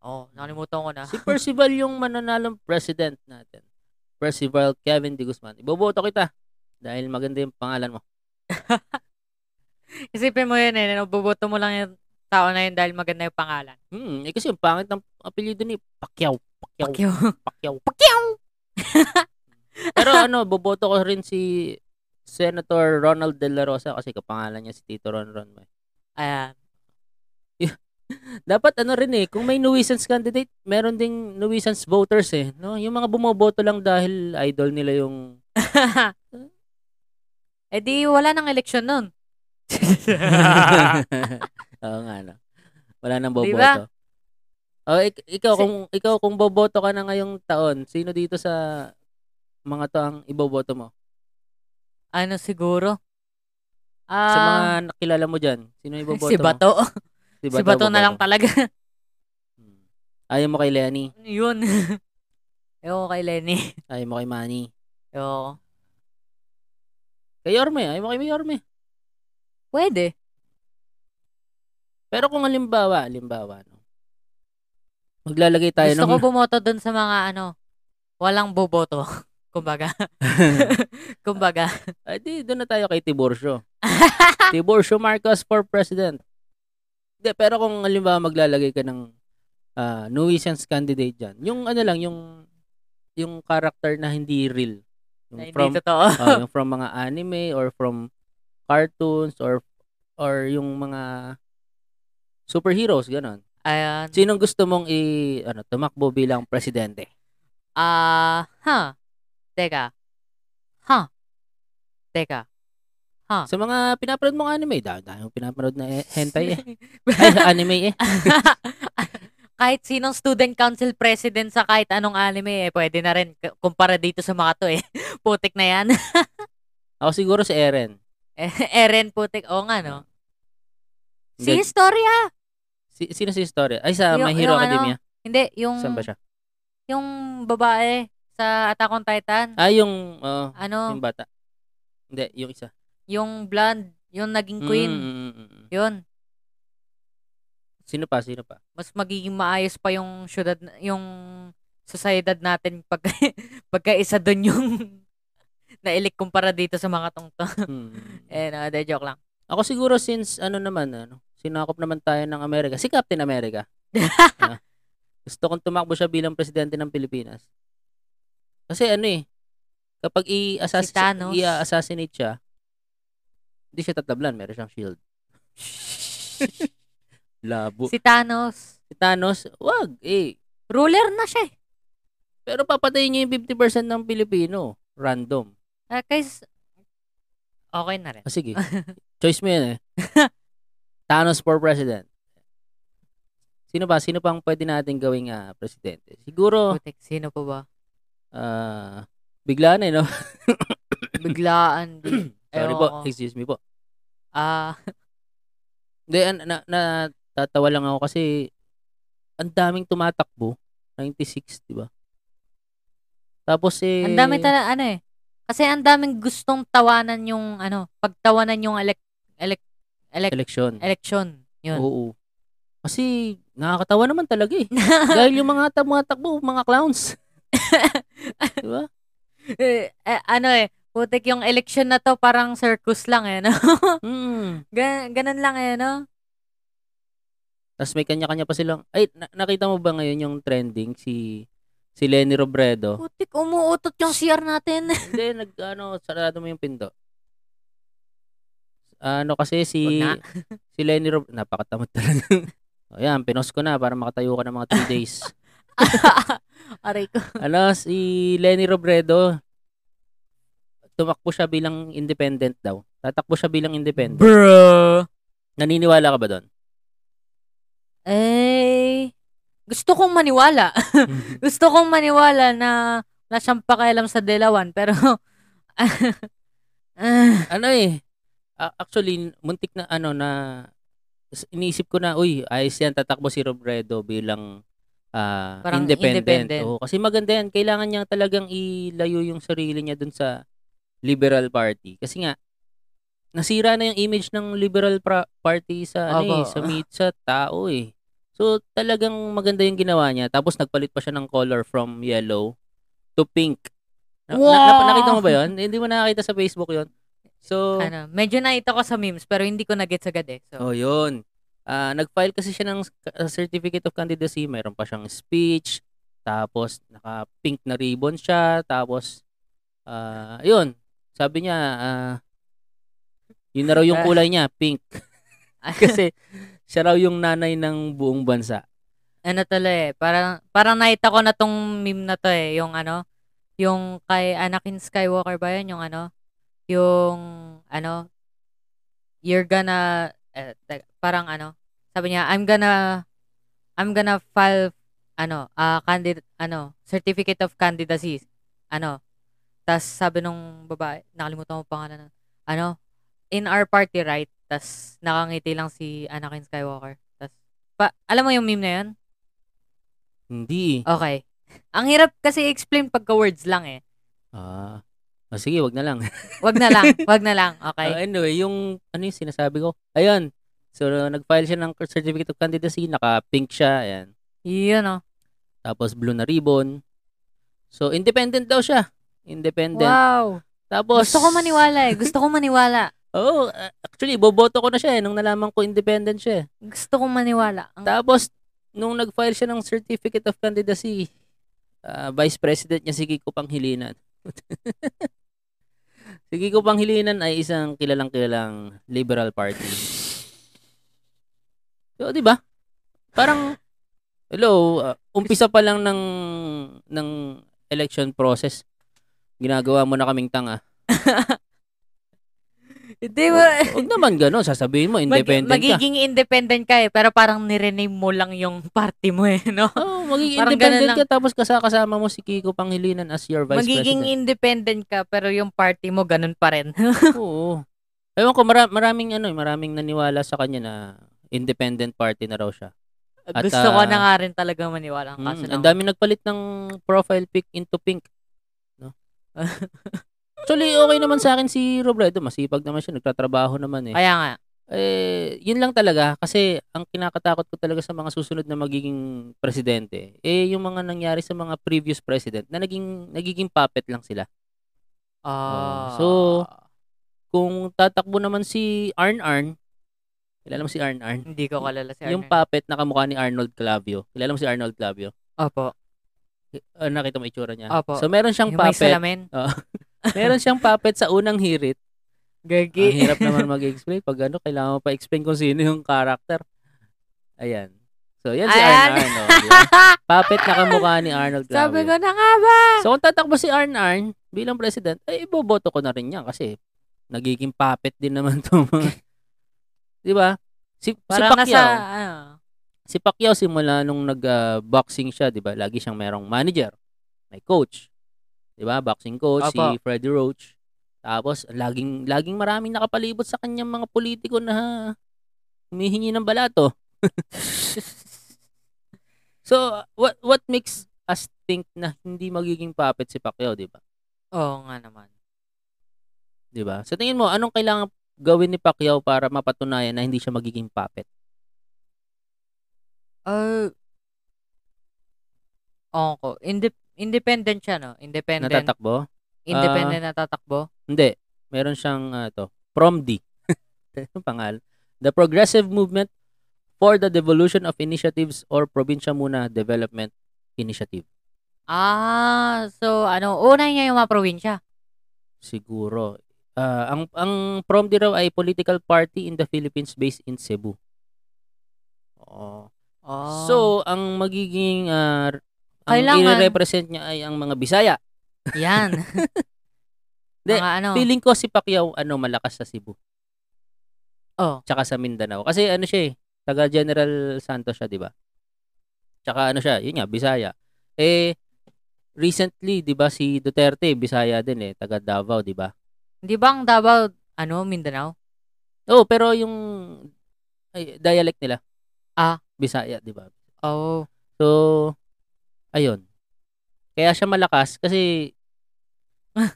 Speaker 2: Oh, nakalimutan ko na.
Speaker 1: Si Percival yung mananalong president natin. Percival Kevin de Guzman. Iboboto kita dahil maganda yung pangalan mo.
Speaker 2: Isipin mo yun eh, nabuboto mo lang yung tao na yun dahil maganda yung pangalan.
Speaker 1: Hmm, eh kasi yung pangit ng apelyido ni Pacquiao. Pacquiao.
Speaker 2: Pakyo.
Speaker 1: Pacquiao.
Speaker 2: Pakyaw!
Speaker 1: Pero ano, boboto ko rin si Senator Ronald De La Rosa kasi kapangalan niya si Tito Ron Ron. mo eh.
Speaker 2: Ayan.
Speaker 1: Dapat ano rin eh, kung may nuisance candidate, meron ding nuisance voters eh. No? Yung mga bumoboto lang dahil idol nila yung...
Speaker 2: eh di, wala nang eleksyon nun.
Speaker 1: Oo nga no. Wala nang boboto.
Speaker 2: Diba?
Speaker 1: Oh, ik- ikaw
Speaker 2: Si-
Speaker 1: kung ikaw kung boboto ka na ngayong taon, sino dito sa mga to ang iboboto mo?
Speaker 2: ano siguro?
Speaker 1: sa
Speaker 2: Ah,
Speaker 1: mga nakilala mo diyan, sino iboboto
Speaker 2: si Bato.
Speaker 1: mo?
Speaker 2: Si Bato na lang
Speaker 1: boboto.
Speaker 2: talaga.
Speaker 1: Hmm. Ayaw mo kay Lenny,
Speaker 2: yun. Ewan ko kay Lenny.
Speaker 1: ayaw mo kay Manny.
Speaker 2: Ewan ko.
Speaker 1: Kay Yorme, ayaw mo kay Yorme.
Speaker 2: Pwede.
Speaker 1: Pero kung halimbawa, halimbawa no. Maglalagay tayo
Speaker 2: Gusto
Speaker 1: ng
Speaker 2: ko bumoto dun sa mga ano, walang boboto. Kumbaga. Kumbaga.
Speaker 1: Ay, di, doon na tayo kay Tiburcio. Tiburcio Marcos for president. De, pero kung halimbawa maglalagay ka ng ah, nuisance candidate dyan, yung ano lang, yung yung character na hindi real. Yung
Speaker 2: na hindi
Speaker 1: from,
Speaker 2: totoo.
Speaker 1: ah, yung from mga anime or from cartoons or or yung mga superheroes, ganon.
Speaker 2: Ayan.
Speaker 1: Sinong gusto mong i, ano, tumakbo bilang presidente?
Speaker 2: Ah, huh. Teka. Huh. Teka.
Speaker 1: Sa mga pinapanood mong anime, dahil dahil pinapanood na eh, hentai eh. Ay, anime eh.
Speaker 2: kahit sinong student council president sa kahit anong anime, eh, pwede na rin. K- Kumpara dito sa mga to eh. Putik na yan.
Speaker 1: Ako siguro si Eren.
Speaker 2: Eren putik. Oo nga, no? Si
Speaker 1: Hindi.
Speaker 2: Historia!
Speaker 1: Si, sino si Story? Ay, sa
Speaker 2: Yung-
Speaker 1: My Hero
Speaker 2: yung ano, Mm.
Speaker 1: Academia.
Speaker 2: Hindi, yung,
Speaker 1: Saan ba siya?
Speaker 2: yung babae sa Attack on Titan.
Speaker 1: Ah, yung, oo,
Speaker 2: ano,
Speaker 1: yung bata. Ah, Hindi, yung isa.
Speaker 2: yung blonde, yung naging queen.
Speaker 1: Mm, mm, mm, mm.
Speaker 2: Yun.
Speaker 1: Sino pa? Sino pa?
Speaker 2: Mas magiging maayos pa yung syudad, na- yung sociedad natin pag pagkaisa doon yung nailik kumpara dito sa mga tongtong.
Speaker 1: Hmm.
Speaker 2: Eh, no, de joke lang.
Speaker 1: Ako siguro since ano naman ano, sinakop naman tayo ng Amerika. Si Captain America. Ah. gusto kong tumakbo siya bilang presidente ng Pilipinas. Kasi ano eh, kapag i-assass-
Speaker 2: Si Thanos.
Speaker 1: i-assassinate siya, hindi siya tatablan, meron siyang shield. Labo. Si,
Speaker 2: Si Thanos,
Speaker 1: Thanos, wag eh.
Speaker 2: ruler na siya eh.
Speaker 1: Pero papatayin niya yung 50% ng Pilipino. Random.
Speaker 2: Ah, guys, okay na rin.
Speaker 1: Ah, sige. Choice mo yan eh. Thanos for president. Sino ba? Sino pang pwede natin gawing ah, presidente? Siguro,
Speaker 2: Putik, sino pa ba?
Speaker 1: ah, bigla na eh, no?
Speaker 2: Biglaan. di-
Speaker 1: Sorry
Speaker 2: Ewan
Speaker 1: po.
Speaker 2: ko.
Speaker 1: Excuse me po.
Speaker 2: Ah,
Speaker 1: Hindi, an- na, na, tatawa lang ako kasi ang daming tumatakbo. 96, di ba? Tapos eh...
Speaker 2: ang dami talaga, ano eh. Kasi ang daming gustong tawanan yung, ano, pagtawanan yung elek, elek, elek,
Speaker 1: Election.
Speaker 2: election. Yun.
Speaker 1: Oo. Kasi nakakatawa naman talaga eh. Dahil yung mga tumatakbo, mga clowns. Diba? di ba?
Speaker 2: eh, eh, ano eh, putik yung election na to parang circus lang eh, no?
Speaker 1: Hmm.
Speaker 2: Gan- ganun lang eh, no?
Speaker 1: Tapos may kanya-kanya pa silang, ay, na- nakita mo ba ngayon yung trending si si Lenny Robredo?
Speaker 2: Putik, umuutot yung CR natin.
Speaker 1: Hindi, nag, ano, sarado mo yung pinto. Ano kasi si,
Speaker 2: Huwag
Speaker 1: si Lenny Robredo, napakatamad talaga. o yan, pinos ko na para makatayo ka ng mga 3 days.
Speaker 2: Aray ko.
Speaker 1: ano, si Lenny Robredo, tumakbo siya bilang independent daw. Tatakbo siya bilang independent.
Speaker 2: Bro.
Speaker 1: Naniniwala ka ba doon?
Speaker 2: Eh, gusto kong maniwala. gusto kong maniwala na na siyang pakialam sa Delawan, pero ah,
Speaker 1: ano eh, a- actually, muntik na ano na, s- iniisip ko na, uy, ayos yan, tatakbo si Robredo bilang ah,
Speaker 2: Parang
Speaker 1: independent.
Speaker 2: independent.
Speaker 1: Oo, kasi maganda yan, kailangan niya talagang ilayo yung sarili niya dun sa Liberal Party. Kasi nga, nasira na yung image ng Liberal pra- Party sa, ano, eh,
Speaker 2: Opo.
Speaker 1: sa, meet- sa tao eh. So, talagang maganda yung ginawa niya. Tapos, nagpalit pa siya ng color from yellow to pink. Na, na-
Speaker 2: Wow!
Speaker 1: na- nakita mo ba yun? Hindi mo nakakita sa Facebook yun. So,
Speaker 2: ano, medyo naito ko sa memes, pero hindi ko na-get agad eh. So,
Speaker 1: Oh, yun. Ah, nag-file kasi siya ng uh, certificate of candidacy, meron pa siyang speech, tapos naka-pink na ribbon siya, tapos ah, yun. Sabi niya ah, yun na raw yung
Speaker 2: Ah.
Speaker 1: kulay niya, pink. kasi siya raw yung nanay ng buong bansa.
Speaker 2: ano tuloy eh, parang, parang naito ko na tong meme na to eh, yung ano, yung kay Anakin Skywalker ba yun, yung ano, yung, ano, you're gonna, eh, te- parang ano, sabi niya, I'm gonna, I'm gonna file, ano, ah candid, ano, certificate of candidacy, ano, tas sabi nung babae, nakalimutan ko pa nga ano, in our party, right, tas nakangiti lang si Anakin Skywalker, tas, pa, alam mo yung meme na yun?
Speaker 1: Hindi. eh.
Speaker 2: Okay. Ang hirap kasi i-explain pagka words lang eh.
Speaker 1: Ah. ah, sige, wag na lang.
Speaker 2: Wag na lang, wag na lang.
Speaker 1: Ah,
Speaker 2: Okay.
Speaker 1: anyway, yung ano yung sinasabi ko? Ayun. So, nag-file siya ng certificate of candidacy, naka-pink siya, ayan.
Speaker 2: Yun oh.
Speaker 1: Tapos blue na ribbon. So independent daw siya. Independent.
Speaker 2: Wow.
Speaker 1: Tapos
Speaker 2: Gusto ko maniwala eh. Gusto ko maniwala.
Speaker 1: Oo, uh, actually boboto ko na siya eh nung nalaman ko independent siya. eh.
Speaker 2: Gusto ko maniwala. Ang,
Speaker 1: Tapos nung nag-file siya ng certificate of candidacy, ah, vice president niya si Kiko Panghilinan. si Kiko Panghilinan ay isang kilalang-kilalang liberal party. So, 'di ba? Parang hello, ah, umpisa pa lang ng ng election process. Ginagawa mo na kaming tanga.
Speaker 2: Di ba?
Speaker 1: Huwag naman gano'n. Sasabihin mo,
Speaker 2: Mag-
Speaker 1: independent ka.
Speaker 2: magiging independent ka eh. Pero parang nirename mo lang yung party mo eh. No?
Speaker 1: Oh, magiging
Speaker 2: Parang
Speaker 1: independent
Speaker 2: ganun
Speaker 1: ka tapos kasa- kasama mo si Kiko Panghilinan as your vice
Speaker 2: magiging
Speaker 1: president.
Speaker 2: independent ka pero yung party mo ganun pa rin.
Speaker 1: Oo. Ewan ko, mara- maraming ano, eh, maraming naniwala sa kanya na independent party na raw siya. At,
Speaker 2: Gusto ko
Speaker 1: ah,
Speaker 2: na nga rin talaga maniwala.
Speaker 1: Mm,
Speaker 2: Kaso
Speaker 1: ang
Speaker 2: lang,
Speaker 1: dami nagpalit ng profile pic into pink. No? Actually, okay naman sa akin si Robredo. Masipag naman siya. Nagtatrabaho naman eh.
Speaker 2: kaya nga.
Speaker 1: eh, yun lang talaga. Kasi ang kinakatakot ko talaga sa mga susunod na magiging presidente, eh, yung mga nangyari sa mga previous president na naging, nagiging puppet lang sila.
Speaker 2: Ah.
Speaker 1: Oh, so- Kung tatakbo naman si Arn Arn, kilala mo si Arn Arn?
Speaker 2: hindi ko kalala si
Speaker 1: Yung
Speaker 2: Arnold.
Speaker 1: puppet na kamukha ni Arnold Clavio. Kilala mo si Arnold Clavio?
Speaker 2: Opo.
Speaker 1: Ah, nakita mo itsura niya.
Speaker 2: Opo.
Speaker 1: So, meron siyang
Speaker 2: Yung may
Speaker 1: puppet.
Speaker 2: salamin.
Speaker 1: meron siyang puppet sa unang hirit.
Speaker 2: Gagi.
Speaker 1: Ang hirap naman mag-explain. Pag ano, kailangan mo pa explain kung sino yung character. Ayan. So, yan si Arn Arn.
Speaker 2: Ayan.
Speaker 1: oh, di ba? Puppet na kamukha ni Arnold Clavio.
Speaker 2: Sabi ko na nga ba?
Speaker 1: So, kung tatakbo si Arn Arn bilang president, ay iboboto ko na rin niya kasi nagiging puppet din naman to mga... di ba? Si, si
Speaker 2: Parang
Speaker 1: Pacquiao.
Speaker 2: nasa, ano,
Speaker 1: Si Pacquiao simula nung nag-boxing siya, 'di ba? Lagi siyang merong manager, may coach. 'Di ba? Boxing coach si
Speaker 2: Opo.
Speaker 1: Freddie Roach. Tapos laging laging maraming nakapalibot sa kanyang mga politiko na humihingi ng balato. so, what what makes us think na hindi magiging puppet si Pacquiao, 'di ba?
Speaker 2: oo nga naman.
Speaker 1: 'Di ba? Sa tingin mo, anong kailangan gawin ni Pacquiao para mapatunayan na hindi siya magiging puppet?
Speaker 2: Uh, oo ko. Inde- independent siya, no? Independent.
Speaker 1: Natatakbo?
Speaker 2: ah. independent na tatakbo.
Speaker 1: Hindi. Meron siyang ah, to, Prom D. Anong pangalan? The Progressive Movement for the Devolution of Initiatives or Probinsya Muna Development Initiative.
Speaker 2: Ah, so ano, una niya yung mga probinsya.
Speaker 1: Siguro. Ah, ang ang Prom D raw ay political party in the Philippines based in Cebu. Oo.
Speaker 2: Oh.
Speaker 1: So, ang magiging ah, r- ang
Speaker 2: Kailangan-
Speaker 1: i-represent niya ay ang mga Bisaya.
Speaker 2: Oh, yan.
Speaker 1: Hindi,
Speaker 2: mga ano,
Speaker 1: Feeling ko si Pacquiao ano malakas sa Cebu.
Speaker 2: Oh.
Speaker 1: Tsaka sa Mindanao. Kasi ano siya eh, taga General Santos siya, 'di ba? Tsaka ano siya, yun nga, Bisaya. Eh recently, 'di ba si Duterte, Bisaya din eh, taga Davao, 'di ba?
Speaker 2: di ba ang Davao, ano, Mindanao?
Speaker 1: Oh, pero yung ay, dialect nila.
Speaker 2: Ah.
Speaker 1: Bisaya, 'di ba?
Speaker 2: Oh.
Speaker 1: So ayun. Kaya siya malakas kasi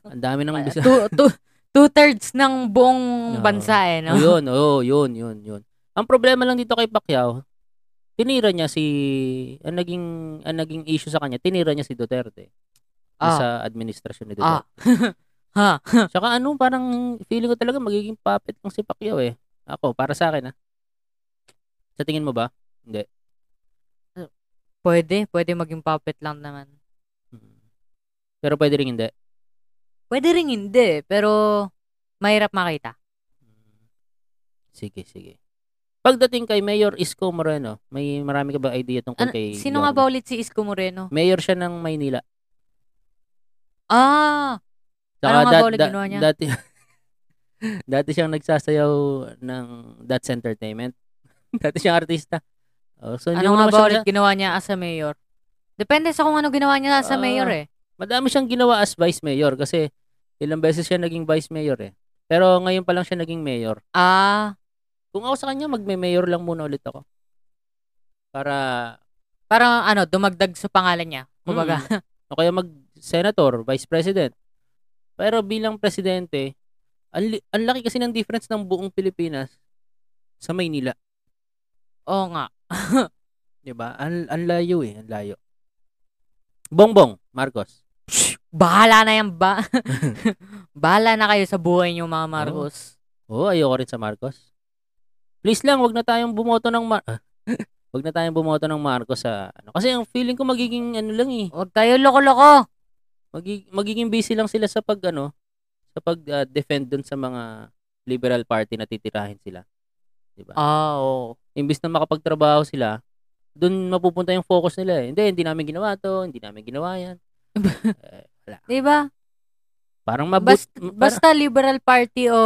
Speaker 1: ang dami ng Bisaya.
Speaker 2: two, two, two-thirds ng buong
Speaker 1: Oo.
Speaker 2: bansa eh, no?
Speaker 1: Oh, yun, oh, yun, yun, yun. Ang problema lang dito kay Pacquiao, tinira niya si ang naging ang naging issue sa kanya, tinira niya si Duterte Yung
Speaker 2: Ah.
Speaker 1: sa administrasyon ni
Speaker 2: Ah.
Speaker 1: Duterte.
Speaker 2: ha.
Speaker 1: Tsaka ano, parang feeling ko talaga magiging puppet lang si Pacquiao eh. Ako, para sa akin ah. Sa tingin mo ba?
Speaker 2: Pwede, pwede maging puppet lang naman.
Speaker 1: Mm. Pero pwede rin hindi.
Speaker 2: Pwede rin hindi, pero mahirap makita.
Speaker 1: Sige, sige. Pagdating kay Mayor Isko Moreno, may marami ka ba idea tungkol
Speaker 2: Ano,
Speaker 1: kay
Speaker 2: sino nga ba
Speaker 1: Yorme?
Speaker 2: ulit si Isko Moreno?
Speaker 1: Mayor siya ng Maynila.
Speaker 2: Ah, Ano nga ba ulit ginawa niya?
Speaker 1: Dati, dati siyang nagsasayaw ng That's Entertainment. dati siyang artista. Oh, so, hindi
Speaker 2: ano
Speaker 1: mo
Speaker 2: nga
Speaker 1: naman
Speaker 2: ba
Speaker 1: siya-
Speaker 2: ulit ginawa niya as a mayor? Depende sa kung ano ginawa niya as
Speaker 1: Ah.
Speaker 2: a mayor eh.
Speaker 1: Madami siyang ginawa as vice mayor kasi ilang beses siya naging vice mayor eh. Pero ngayon pa lang siya naging mayor.
Speaker 2: Ah,
Speaker 1: Kung ako sa kanya, magme-mayor lang muna ulit ako. Para,
Speaker 2: parang ano, dumagdag sa pangalan niya. Kumbaga.
Speaker 1: mm, o kaya mag-senator, vice president. Pero bilang presidente, ang, li- ang laki kasi ng difference ng buong Pilipinas sa Maynila.
Speaker 2: Oo nga.
Speaker 1: 'Di ba? Ang ang layo eh, ang layo. Bongbong Marcos.
Speaker 2: Bahala na yan ba? Bahala na kayo sa buhay niyo
Speaker 1: Ano?
Speaker 2: mga Marcos.
Speaker 1: Oo, ayoko rin sa Marcos. Please lang, wag na tayong bumoto ng Mar wag na tayong bumoto ng Marcos sa ano. Kasi ang feeling ko magiging ano lang eh,
Speaker 2: Huwag kayo loko-loko.
Speaker 1: magi- magiging busy lang sila sa pag ano, sa pag ah, defend dun sa mga liberal party na titirahin sila. 'Di ba?
Speaker 2: Ah, oo.
Speaker 1: Imbis na makapagtrabaho sila, dun mapupunta yung focus nila eh. Hindi, hindi namin ginawa 'to, hindi namin ginawa 'yan. Eh, wala.
Speaker 2: Di ba?
Speaker 1: Parang mabut
Speaker 2: Diba? Bas- basta Liberal Party o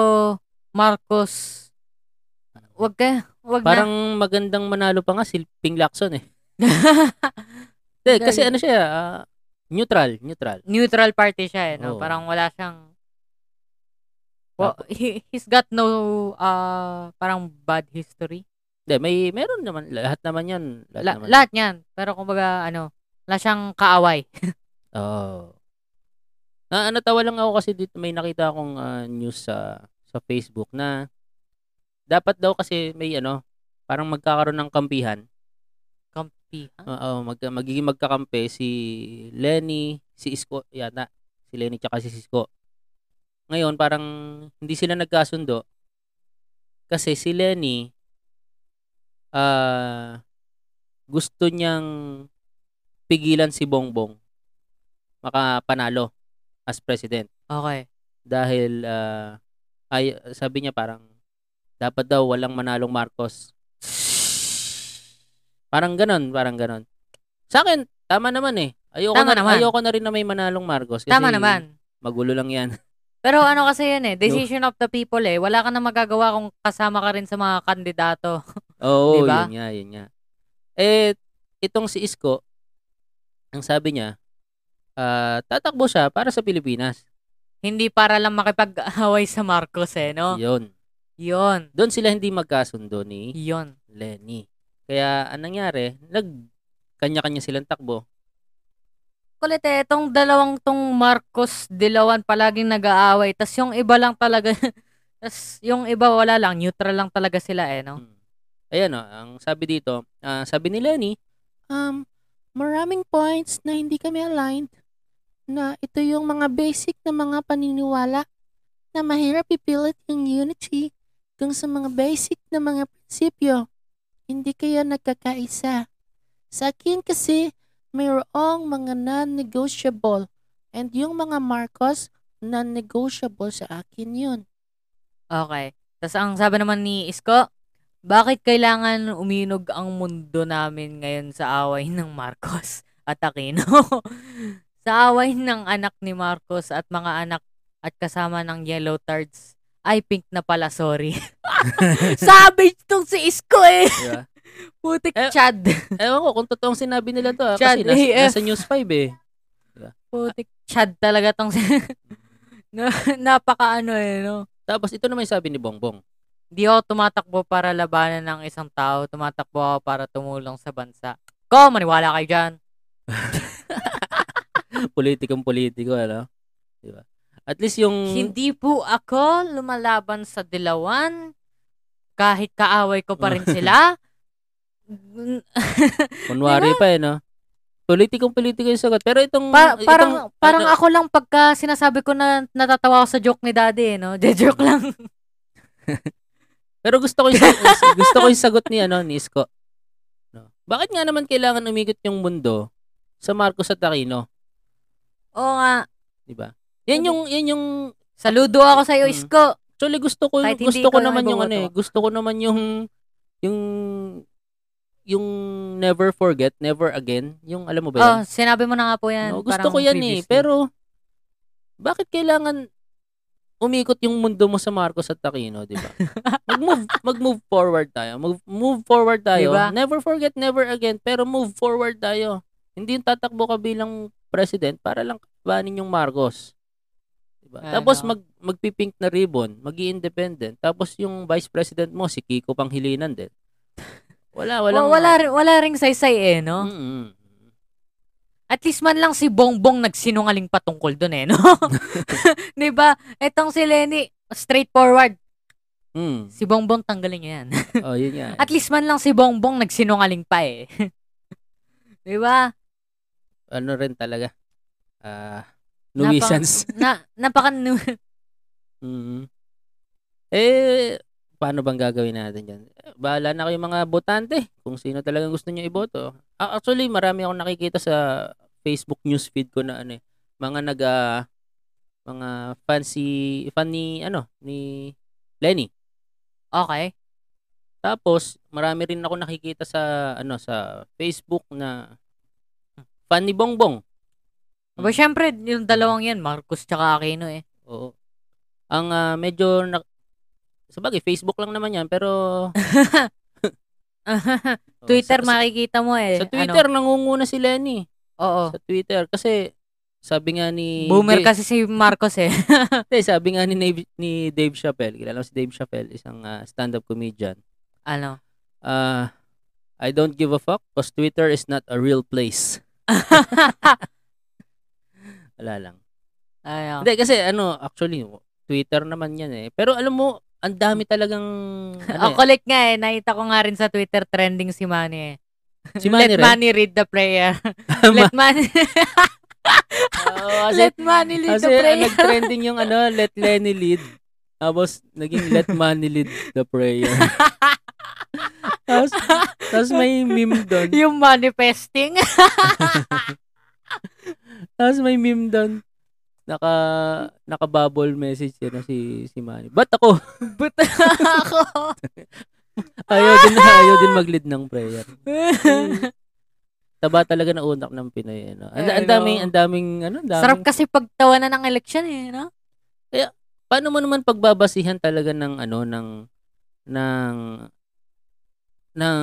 Speaker 2: Marcos. Huwag ka, huwag na.
Speaker 1: Parang magandang manalo pa nga si Ping Lacson eh. Hindi, kasi
Speaker 2: Galing.
Speaker 1: ano siya, ah, neutral, neutral.
Speaker 2: Neutral party siya eh,
Speaker 1: Oo.
Speaker 2: no? Parang wala siyang Wa- he, he's got no uh, parang bad history.
Speaker 1: Hindi, may meron naman lahat naman 'yan, lahat
Speaker 2: La-
Speaker 1: naman.
Speaker 2: lahat 'yan. Pero kumbaga ano, wala siyang kaaway.
Speaker 1: Oh. Na ano tawa lang ako kasi dito may nakita akong ah, news sa sa Facebook na dapat daw kasi may ano, parang magkakaroon ng kampihan.
Speaker 2: Kampi. ha?
Speaker 1: Oo, mag, magiging magkakampi si Lenny, si Isko, yata. Si Lenny tsaka si Isko. Ngayon, parang hindi sila nagkasundo. Kasi si Lenny, ah, gusto niyang pigilan si Bongbong makapanalo as president
Speaker 2: ah, Okay.
Speaker 1: dahil ah, ay sabi niya parang dapat daw walang manalong Marcos. Parang ganon, parang ganon. Sa akin, tama naman eh. Ayoko
Speaker 2: Tama
Speaker 1: na,
Speaker 2: naman.
Speaker 1: ayoko na rin na may manalong Marcos kasi
Speaker 2: Tama naman.
Speaker 1: magulo lang 'yan.
Speaker 2: Pero ano kasi yun eh, decision of the people eh. Wala ka na magagawa kung kasama ka rin sa mga kandidato.
Speaker 1: Oo,
Speaker 2: Diba?
Speaker 1: yun nga, yun nga. Eh, itong si Isko, ang sabi niya, ah, tatakbo siya para sa Pilipinas.
Speaker 2: Hindi para lang makipag-away sa Marcos eh, no?
Speaker 1: Yun.
Speaker 2: Yun.
Speaker 1: Doon sila hindi magkasundo ni
Speaker 2: Yun.
Speaker 1: Lenny. Kaya anong nangyari? Nag kanya-kanya silang takbo.
Speaker 2: Kulit eh, itong dalawang tong Marcos Dilawan palaging nag-aaway. Tas yung iba lang talaga, tas yung iba wala lang, neutral lang talaga sila eh, no?
Speaker 1: Mm. Ayan o, ang sabi dito, ah, sabi ni Lenny, um, maraming points na hindi kami aligned na ito yung mga basic na mga paniniwala na mahirap ipilit yung unity kung sa mga basic na mga prinsipyo. Hindi kayo nagkakaisa. Sa akin kasi, mayroong mga non-negotiable and yung mga Marcos, non-negotiable sa akin yun.
Speaker 2: Okay. Tas ang sabi naman ni Isko, bakit kailangan uminog ang mundo namin ngayon sa away ng Marcos at Aquino? sa away ng anak ni Marcos at mga anak at kasama ng yellow tards. Ay, pink na pala, sorry. Savage tong si Isko eh. Putik
Speaker 1: Eh,
Speaker 2: Chad.
Speaker 1: Ewan ko kung totoong sinabi nila to. ah,
Speaker 2: Chad
Speaker 1: kasi nas,
Speaker 2: AF.
Speaker 1: nasa News 5 eh.
Speaker 2: Putik Chad talaga tong si... Na- napaka ano eh, no?
Speaker 1: Tapos ito naman yung sabi ni Bongbong.
Speaker 2: Di ako tumatakbo para labanan ng isang tao. Tumatakbo ako para tumulong sa bansa. Ko, maniwala kayo dyan.
Speaker 1: Politikong politiko, ano? Di ba? At least yung...
Speaker 2: Hindi po ako lumalaban sa dilawan. Kahit kaaway ko pa rin sila.
Speaker 1: kunwari pa eh, no? Politikong politiko yung sagot. Pero itong...
Speaker 2: Pa-
Speaker 1: Hmm, itong-
Speaker 2: parang parang
Speaker 1: ano-
Speaker 2: ako lang pagka sinasabi ko na natatawa ako sa joke ni daddy, eh, no? joke lang.
Speaker 1: Pero gusto ko yung, sag- gusto ko yung sagot ni, ano, ni Isko. No? Bakit nga naman kailangan umikot yung mundo sa Marcos at Aquino?
Speaker 2: Oo nga.
Speaker 1: Di ba? Yan yung, yan yung...
Speaker 2: Saludo ako sa iyo,
Speaker 1: Mm.
Speaker 2: Isko.
Speaker 1: Actually, gusto ko,
Speaker 2: Kahit hindi
Speaker 1: gusto ko
Speaker 2: ikaw yung
Speaker 1: naman yung ano eh.
Speaker 2: iboboto.
Speaker 1: Gusto ko naman yung... Yung yung never forget, never again. Yung alam mo ba yun?
Speaker 2: Oh, sinabi mo na nga po yan.
Speaker 1: No, gusto
Speaker 2: parang
Speaker 1: ko yan eh.
Speaker 2: previously.
Speaker 1: Pero, bakit kailangan umikot yung mundo mo sa Marcos at Aquino, di ba? Mag-move, mag-move forward tayo. Mag- move forward tayo.
Speaker 2: Diba?
Speaker 1: Never forget, never again. Pero move forward tayo. Hindi yung tatakbo ka bilang president para lang kabanin yung Marcos. Diba?
Speaker 2: Ano?
Speaker 1: Tapos mag magpipink na ribbon, magi independent. Tapos yung vice president mo, si Kiko Panghilinan din. Wala, walang...
Speaker 2: wala,
Speaker 1: Mm.
Speaker 2: wala, rin- wala ring saysay eh, no?
Speaker 1: Mm-mm.
Speaker 2: At least man lang si Bongbong nagsinungaling patungkol dun eh, no? 'Di ba? Etong si Lenny, straightforward.
Speaker 1: Mm.
Speaker 2: Si Bongbong tanggalin niya yan.
Speaker 1: Oh, yun nga.
Speaker 2: At least man lang si Bongbong nagsinungaling pa eh. 'Di ba?
Speaker 1: ano rin talaga. Ah,
Speaker 2: Napa-
Speaker 1: nuisance.
Speaker 2: Na napaka
Speaker 1: Mhm. Eh, paano bang gagawin natin yan? Eh, Bahala na kayo mga botante kung sino talagang gusto nyo iboto. Ah, Actually, marami akong nakikita sa Facebook newsfeed ko na ano eh, mga nag ah, mga fancy fan ni ano ni Lenny.
Speaker 2: Okay.
Speaker 1: Tapos marami rin ako nakikita sa ano sa Facebook na fan ni Bongbong. Mm.
Speaker 2: Aba, syempre, yung dalawang yan, Marcos tsaka Aquino eh.
Speaker 1: Oo. Ang ah, medyo na, sabagay Facebook lang naman 'yan pero oh,
Speaker 2: Twitter
Speaker 1: sa,
Speaker 2: makikita mo eh.
Speaker 1: sa, sa
Speaker 2: Ano?
Speaker 1: Twitter nangunguna si Lenny sa
Speaker 2: Oo.
Speaker 1: Twitter kasi sabi nga ni
Speaker 2: Boomer
Speaker 1: Dave-
Speaker 2: kasi si Marcos eh.
Speaker 1: hindi, sabi nga ni Dave, ni Dave Chappelle, kilala mo si Dave Chappelle, isang ah, stand-up comedian.
Speaker 2: ano?
Speaker 1: Ah, I don't give a fuck because Twitter is not a real place. Wala lang.
Speaker 2: Ano?
Speaker 1: Hindi, kasi ano, actually, Twitter naman yan eh. Pero alam mo, ang dami talagang ano
Speaker 2: Ang
Speaker 1: eh,
Speaker 2: kulit nga eh. Nakita ko nga rin sa Twitter trending si Manny eh.
Speaker 1: si Manny
Speaker 2: Let
Speaker 1: rin.
Speaker 2: Manny read the prayer. let Manny,
Speaker 1: Oo, kasi,
Speaker 2: let Manny read
Speaker 1: kasi
Speaker 2: the prayer.
Speaker 1: nag-trending yung ano, let Lenny lead. Tapos, naging let Manny lead the prayer. tapos, tapos may meme doon.
Speaker 2: yung manifesting.
Speaker 1: Tapos may meme doon. Naka nakabubble message yun na si si Manny. Ba't ako?
Speaker 2: But ako.
Speaker 1: Ayaw din ayaw din mag-lead ng prayer. Taba talaga na utak ng Pinoy ano. Ang, ang
Speaker 2: Pero-
Speaker 1: daming ang daming ano, ang daming.
Speaker 2: Sarap kasi pagtawanan ng election eh, no?
Speaker 1: Paano mo naman pagbabasihan talaga ng ano ng ng ng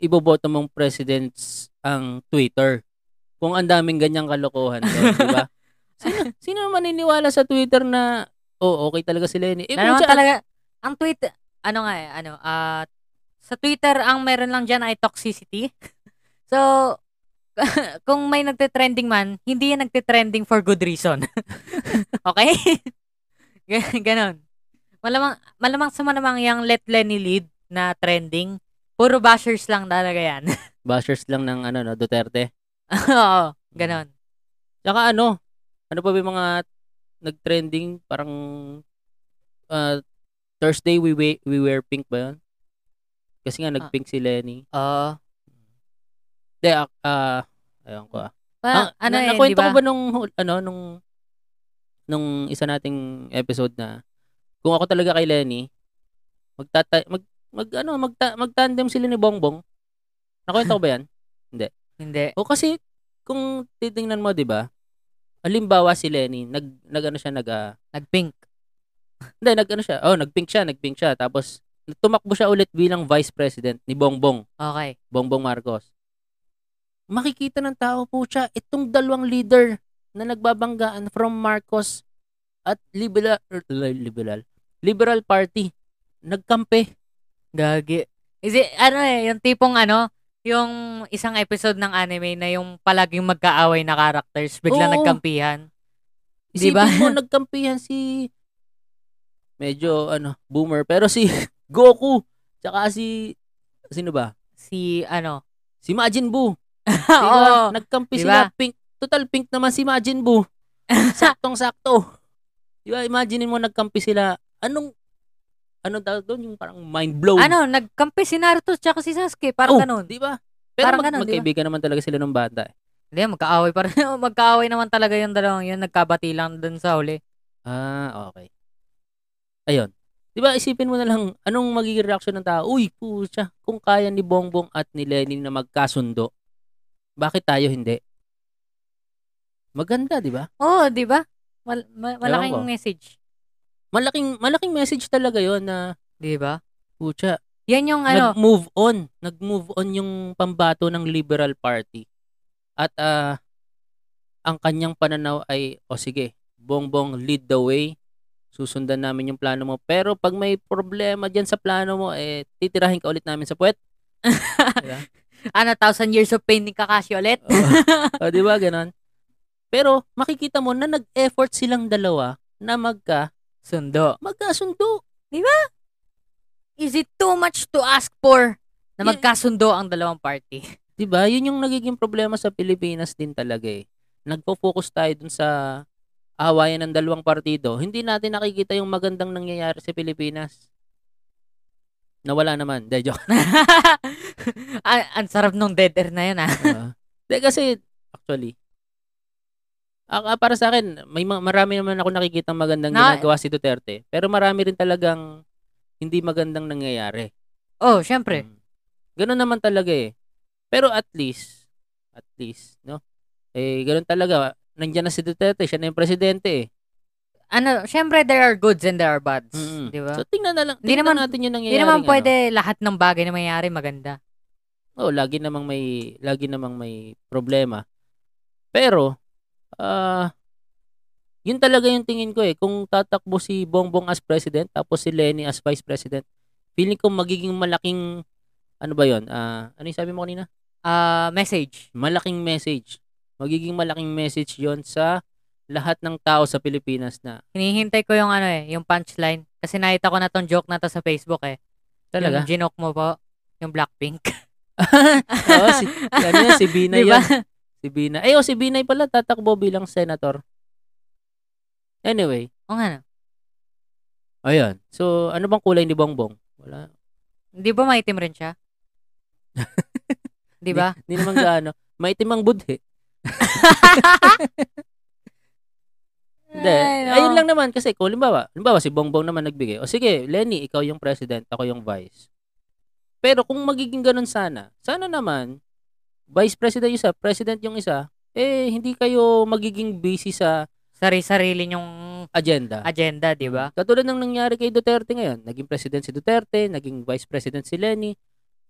Speaker 1: iboboto mong presidents ang Twitter? Kung ang daming ganyang kalokohan doon, di ba? Sino, sino maniniwala sa Twitter na oh, okay talaga sila yun. Eh,
Speaker 2: Lalo
Speaker 1: minsan-
Speaker 2: talaga, ang Twitter, ano nga eh, ano, ah, sa Twitter, ang meron lang dyan ay toxicity. so, kung may nagte-trending man, hindi yan nagte-trending for good reason. okay? Ga- Ganon. Malamang, malamang sa malamang yung Let Lenny Lead na trending, puro bashers lang talaga yan.
Speaker 1: Bashers lang ng ano, no, Duterte.
Speaker 2: Oo, ganon.
Speaker 1: Tsaka ano, ano pa ba yung mga nag-trending? Parang ah, Thursday we, we, we wear pink ba yun? Kasi nga nag-pink si Lenny.
Speaker 2: Oo.
Speaker 1: De, ah, ayun ko ah.
Speaker 2: Parang,
Speaker 1: Ah,
Speaker 2: ano
Speaker 1: na-
Speaker 2: eh, di
Speaker 1: nakwento
Speaker 2: ba?
Speaker 1: ko ba nung, hul- ano, nung, nung isa nating episode na, kung ako talaga kay Lenny, magtata, mag, mag, ano, magta, magtandem sila ni Bongbong. Nakwento ko ba yan?
Speaker 2: Hindi.
Speaker 1: O kasi kung titingnan mo, 'di ba? Halimbawa si Lenny, nag nagano siya nag ah,
Speaker 2: Nag-pink.
Speaker 1: hindi nagano siya. Oh, nagpink siya, nagpink siya. Tapos tumakbo siya ulit bilang vice president ni Bongbong,
Speaker 2: Okay.
Speaker 1: Bongbong Marcos. Makikita ng tao po siya itong dalawang leader na nagbabanggaan from Marcos at liberal liberal liberal party nagkampe.
Speaker 2: Gagi. Is it, ano eh, yung tipong ano, yung isang episode ng anime na yung palaging magkaaway na characters, bigla
Speaker 1: Oo.
Speaker 2: nagkampihan.
Speaker 1: Isipin
Speaker 2: Di ba?
Speaker 1: mo, nagkampihan si medyo ano, boomer pero si Goku tsaka si sino ba?
Speaker 2: Si, ano,
Speaker 1: Si Majin Buu. Di ba?
Speaker 2: oo,
Speaker 1: Nagkampi
Speaker 2: Di
Speaker 1: sila pink. Total pink naman si Majin Buu. Saktong-sakto. Di ba? Imagine mo nagkampi sila. Anong ano daw doon yung parang mind blow.
Speaker 2: ano, nagkampi si Naruto tsaka si Sasuke, parang ganun.
Speaker 1: Di ba? Pero
Speaker 2: Parang
Speaker 1: mag-
Speaker 2: ganun, di ba?
Speaker 1: magkaibigan naman talaga sila ng bata. eh.
Speaker 2: Hindi, magkaaway pa rin. magkaaway naman talaga yung dalawang yun, nagkabati lang dun sa huli.
Speaker 1: Ah, okay. Ayun. 'Di ba isipin mo na lang anong magiging reaction ng tao? Uy, pucha, kung kaya ni Bongbong at ni Lenny na magkasundo, bakit tayo hindi? Maganda, 'di ba?
Speaker 2: Oo, di ba? Mal- ma- malaking
Speaker 1: Ewan ko.
Speaker 2: message.
Speaker 1: Malaking malaking message talaga 'yon na
Speaker 2: Di ba?
Speaker 1: pucha,
Speaker 2: Yan yung ano,
Speaker 1: nag-move on, nag-move on yung pambato ng Liberal Party. At ah, ang kanyang pananaw ay o sige, Bongbong lead the way. Susundan namin yung plano mo. Pero pag may problema diyan sa plano mo, eh titirahin ka ulit namin sa puwet. Diba?
Speaker 2: ano, thousand years of pain ni Kakashi ulit.
Speaker 1: O, di ba ganon? Pero makikita mo na nag-effort silang dalawa na magka
Speaker 2: Sundo.
Speaker 1: magkasundo.
Speaker 2: Is it too much to ask for na
Speaker 1: Yeah.
Speaker 2: magkasundo ang dalawang party?
Speaker 1: 'Di ba? Yun yung nagiging problema sa Pilipinas din talaga eh. Nagpo-focus tayo dun sa awayan ng dalawang partido. Hindi natin nakikita yung magandang nangyayari sa Pilipinas. Nawala naman. De, joke.
Speaker 2: Ah, ang sarap nung dead air na yun ah.
Speaker 1: Ah. De, kasi, actually, ah, ah, para sa akin, may ma- marami naman ako nakikita magandang
Speaker 2: Na-
Speaker 1: ginagawa si Duterte. Pero marami rin talagang hindi magandang nangyayari.
Speaker 2: Oh, syempre.
Speaker 1: Mm. Ganun naman talaga eh. Pero at least, at least, no? Eh, ganun talaga. Nandiyan na si Duterte, siya na yung presidente eh.
Speaker 2: Ano, syempre there are goods and there are bads,
Speaker 1: Mm-mm.
Speaker 2: 'di ba?
Speaker 1: So, tingnan na lang.
Speaker 2: Di
Speaker 1: Tingnan
Speaker 2: naman-
Speaker 1: natin yung nangyayari.
Speaker 2: Hindi naman pwede lahat ng bagay na mangyari maganda.
Speaker 1: Oo, ano. Oh, lagi namang may, lagi namang may problema. Pero, ah, yun talaga yung tingin ko eh. Kung tatakbo si Bongbong as president, tapos si Lenny as vice president, feeling ko magiging malaking, ano ba yun? Ah, ano yung sabi mo kanina?
Speaker 2: Ah, message.
Speaker 1: malaking message. Magiging malaking message yon sa lahat ng tao sa Pilipinas na
Speaker 2: Hinihintay ko yung ano eh, yung punchline. Kasi nakita ko na tong joke na to sa Facebook eh.
Speaker 1: Talaga?
Speaker 2: Yung ginok mo po, yung Blackpink.
Speaker 1: Oo, si, ano yan, si Bina
Speaker 2: Di ba?
Speaker 1: yun. Si Bina. Ay, oh, si Binay pala tatakbo bilang senator. Anyway,
Speaker 2: O nga no.
Speaker 1: ayun. So, ano bang kulay ni Bongbong? Wala.
Speaker 2: Di ba maitim rin siya? Di ba?
Speaker 1: Hindi naman gaano. Maitim ang budhe. Hindi.
Speaker 2: Ay, no.
Speaker 1: Ayun lang naman kasi kung halimbawa, halimbawa si Bongbong naman nagbigay. O sige, Lenny, ikaw yung president, ako yung vice. Pero kung magiging ganun sana, sana naman, vice president yung isa, president yung isa, eh, hindi kayo magiging busy sa
Speaker 2: Sari-sarili yung
Speaker 1: agenda.
Speaker 2: agenda, di ba?
Speaker 1: Katulad ng nangyari kay Duterte ngayon, naging president si Duterte, naging vice president si Lenny.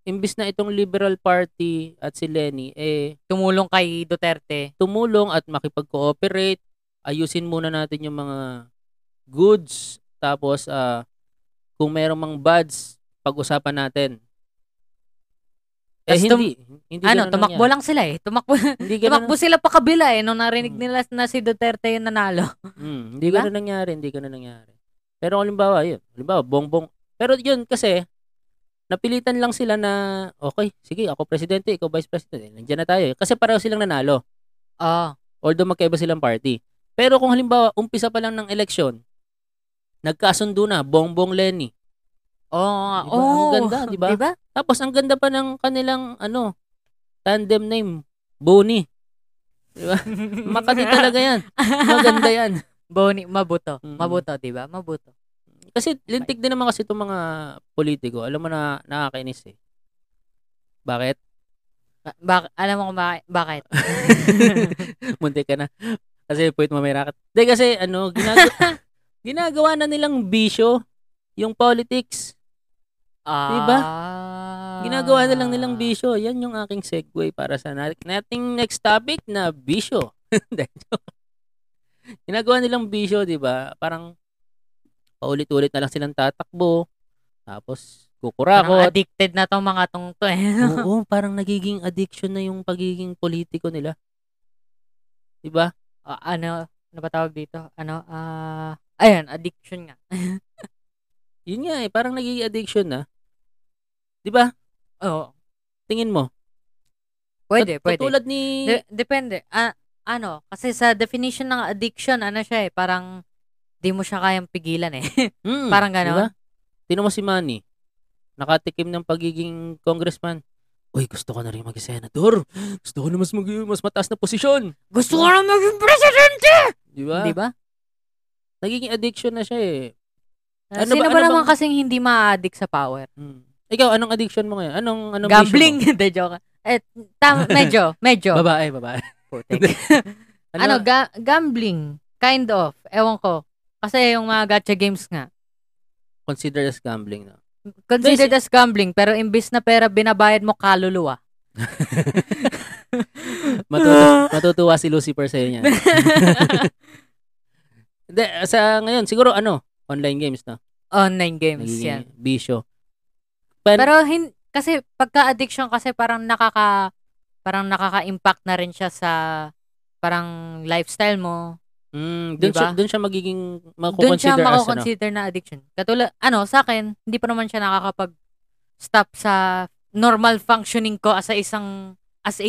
Speaker 1: Imbis na itong Liberal Party at si Lenny, eh,
Speaker 2: Tumulong kay Duterte.
Speaker 1: tumulong at makipag-cooperate. Ayusin muna natin yung mga goods. Tapos, ah, kung merong mga bads, pag-usapan natin. Eh,
Speaker 2: Tas tum-
Speaker 1: hindi. hindi
Speaker 2: ano,
Speaker 1: ganun
Speaker 2: tumakbo
Speaker 1: nangyari.
Speaker 2: lang sila eh. Tumakbo,
Speaker 1: Hindi ganun,
Speaker 2: tumakbo sila pa kabila eh. Nung narinig
Speaker 1: Mm.
Speaker 2: nila na si Duterte yung nanalo.
Speaker 1: Mm, hindi
Speaker 2: Diba?
Speaker 1: ganun nangyari. Hindi ganun nangyari. Pero kung halimbawa, yun. Halimbawa, bongbong. Pero yun, kasi, napilitan lang sila na, okay, sige, ako presidente, ikaw vice president. Eh, Nandiyan na tayo. eh. Kasi pareho silang nanalo.
Speaker 2: Oo.
Speaker 1: Although magkaiba silang party. Pero kung halimbawa, umpisa pa lang ng eleksyon, nagkasundo na, bongbong Lenny.
Speaker 2: Oo nga.
Speaker 1: Diba?
Speaker 2: Oo.
Speaker 1: Ang ganda, di ba?
Speaker 2: Di ba?
Speaker 1: Tapos ang ganda pa ng kanilang, ano, tandem name, Boni.
Speaker 2: Mm.
Speaker 1: Makati talaga yan. Maganda yan.
Speaker 2: Boni, mabuto.
Speaker 1: Mm.
Speaker 2: Mabuto, di ba? Mabuto.
Speaker 1: Kasi lintik din naman kasi itong mga politiko. Alam mo na nakakainis eh. Bakit?
Speaker 2: Ba- bak- alam mo kung baki- bakit?
Speaker 1: Munti ka na. Kasi puwit mo may racket. Hindi kasi ano, ginag- ginagawa na nilang bisyo yung politics.
Speaker 2: Ah.
Speaker 1: Di ba? Ginagawa na lang nilang bisyo. Yan yung aking segue para sa na- nating next topic na bisyo. Hindi, joke. Ginagawa nilang bisyo, di ba? Parang paulit-ulit na lang silang tatakbo. Tapos
Speaker 2: Parang
Speaker 1: kukurakot.
Speaker 2: addicted na tong mga tong to eh.
Speaker 1: Oo, parang nagiging addiction na yung pagiging politiko nila. Di ba?
Speaker 2: Ah, ano, ano ba tawag dito? Ano, ah, ayan, addiction nga.
Speaker 1: Yun nga eh, parang nagiging addiction na. Di ba?
Speaker 2: Oo.
Speaker 1: Tingin mo.
Speaker 2: Pwede,
Speaker 1: Kat-
Speaker 2: pwede.
Speaker 1: Katulad ni...
Speaker 2: De- depende. Ah, ano, kasi sa definition ng addiction, ano siya eh, parang di mo siya kayang pigilan eh.
Speaker 1: Mm,
Speaker 2: Parang ganon.
Speaker 1: diba? Tingnan mo si Manny. Nakatikim ng pagiging congressman. Uy, gusto ko na rin mag-senador. Gusto ko na mas, mag- mas mataas na posisyon.
Speaker 2: Gusto ko na maging president! eh!
Speaker 1: Di ba?
Speaker 2: Di ba?
Speaker 1: Nagiging addiction na siya eh.
Speaker 2: Ah,
Speaker 1: Ano
Speaker 2: Sino
Speaker 1: ba-
Speaker 2: ba,
Speaker 1: ano
Speaker 2: naman
Speaker 1: bang-
Speaker 2: kasing hindi ma-addict sa power?
Speaker 1: Mm. Ikaw, anong addiction mo ngayon? Anong, anong vision
Speaker 2: Gambling,
Speaker 1: mo?
Speaker 2: de joke. Eh, tam, medyo, medyo.
Speaker 1: Babae, babae.
Speaker 2: Putik. ano, ga- gambling. Kind of. Ewan ko. Kasi yung mga gacha games nga.
Speaker 1: consider as gambling. No?
Speaker 2: Considered as gambling, pero imbis na pera binabayad mo kaluluwa.
Speaker 1: Matutu- matutuwa si Lucifer sa niyan. Hindi, sa ngayon, siguro ano, online games na.
Speaker 2: Online games yan.
Speaker 1: Nagiging bisyo. Pero,
Speaker 2: Pero hin- kasi pagka-addiction kasi parang nakaka parang nakaka-impact na rin siya sa parang lifestyle mo.
Speaker 1: Mm, doon
Speaker 2: Diba?
Speaker 1: siya doon siya magiging
Speaker 2: Doon
Speaker 1: makukonsider as
Speaker 2: siya
Speaker 1: ano.
Speaker 2: mako-consider na addiction. Katulad ano, sa akin, hindi pa naman siya nakakapag stop sa normal functioning ko as a isang as a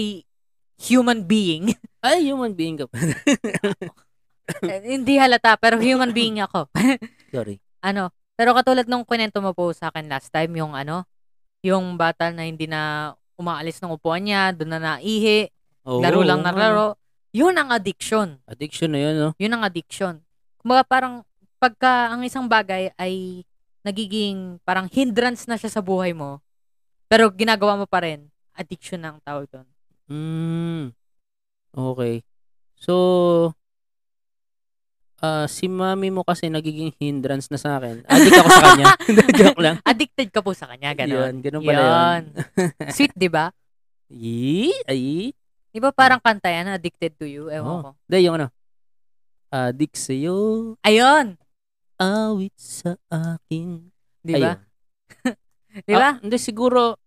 Speaker 2: human being.
Speaker 1: Ay, human being ka. pa.
Speaker 2: Eh, hindi halata, pero human being ako.
Speaker 1: Sorry.
Speaker 2: ano, pero katulad nung kwento mo po sa akin last time, yung ano, yung bata na hindi na umaalis ng upuan niya, doon na naihi,
Speaker 1: Oo,
Speaker 2: laro lang
Speaker 1: oo
Speaker 2: na
Speaker 1: nga.
Speaker 2: laro. Yun ang addiction.
Speaker 1: Addiction na yun, no?
Speaker 2: Yun ang addiction. Kumbaga parang pagka ang isang bagay ay nagiging parang hindrance na siya sa buhay mo, pero ginagawa mo pa rin, addiction na ang tawag doon.
Speaker 1: Mm. Okay. So, ah si mami mo kasi nagiging hindrance na sa akin. Addict ako sa kanya. Joke lang.
Speaker 2: Addicted ka po sa kanya,
Speaker 1: Yun,
Speaker 2: gano'n.
Speaker 1: ganun pala yun.
Speaker 2: Sweet, di ba?
Speaker 1: Yee, ay.
Speaker 2: Di ba parang kanta yan, addicted to you? Ewan
Speaker 1: Oo.
Speaker 2: ko.
Speaker 1: Hindi, yung ano. Addict sa'yo,
Speaker 2: Ayun!
Speaker 1: awit sa akin.
Speaker 2: Di
Speaker 1: Ayun.
Speaker 2: ba? Di
Speaker 1: Ah,
Speaker 2: ba?
Speaker 1: hindi, siguro,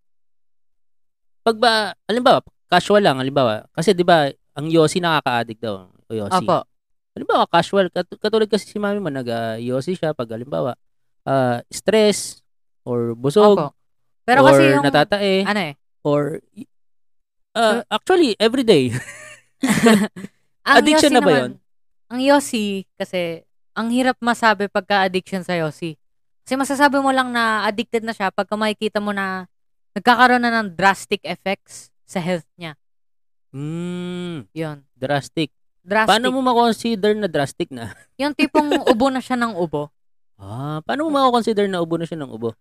Speaker 1: pag ba, alimbawa, casual lang, alimbawa, kasi di ba, ang Yossi nakaka-addict daw, o Yossi.
Speaker 2: Opo.
Speaker 1: Halimbawa, casual, kat- katulad kasi si mami mo, nag-Yossi siya, pag alimbawa, ah, stress or busog
Speaker 2: Opo. Pero
Speaker 1: or
Speaker 2: kasi yung,
Speaker 1: natatae
Speaker 2: ano eh,
Speaker 1: or ah, actually everyday.
Speaker 2: ang
Speaker 1: Addiction
Speaker 2: Yossi
Speaker 1: na ba
Speaker 2: naman, Ang Yossi, kasi, ang hirap masabi pagka-addiction sa Yossi. Kasi masasabi mo lang na addicted na siya pagka makikita mo na nagkakaroon na ng drastic effects sa health niya.
Speaker 1: mm,
Speaker 2: Yun.
Speaker 1: drastic.
Speaker 2: Drastic.
Speaker 1: Paano mo ma-consider na drastic na?
Speaker 2: Yung tipong ubo na siya ng ubo.
Speaker 1: Ah, paano mo ma-consider na ubo na siya ng ubo?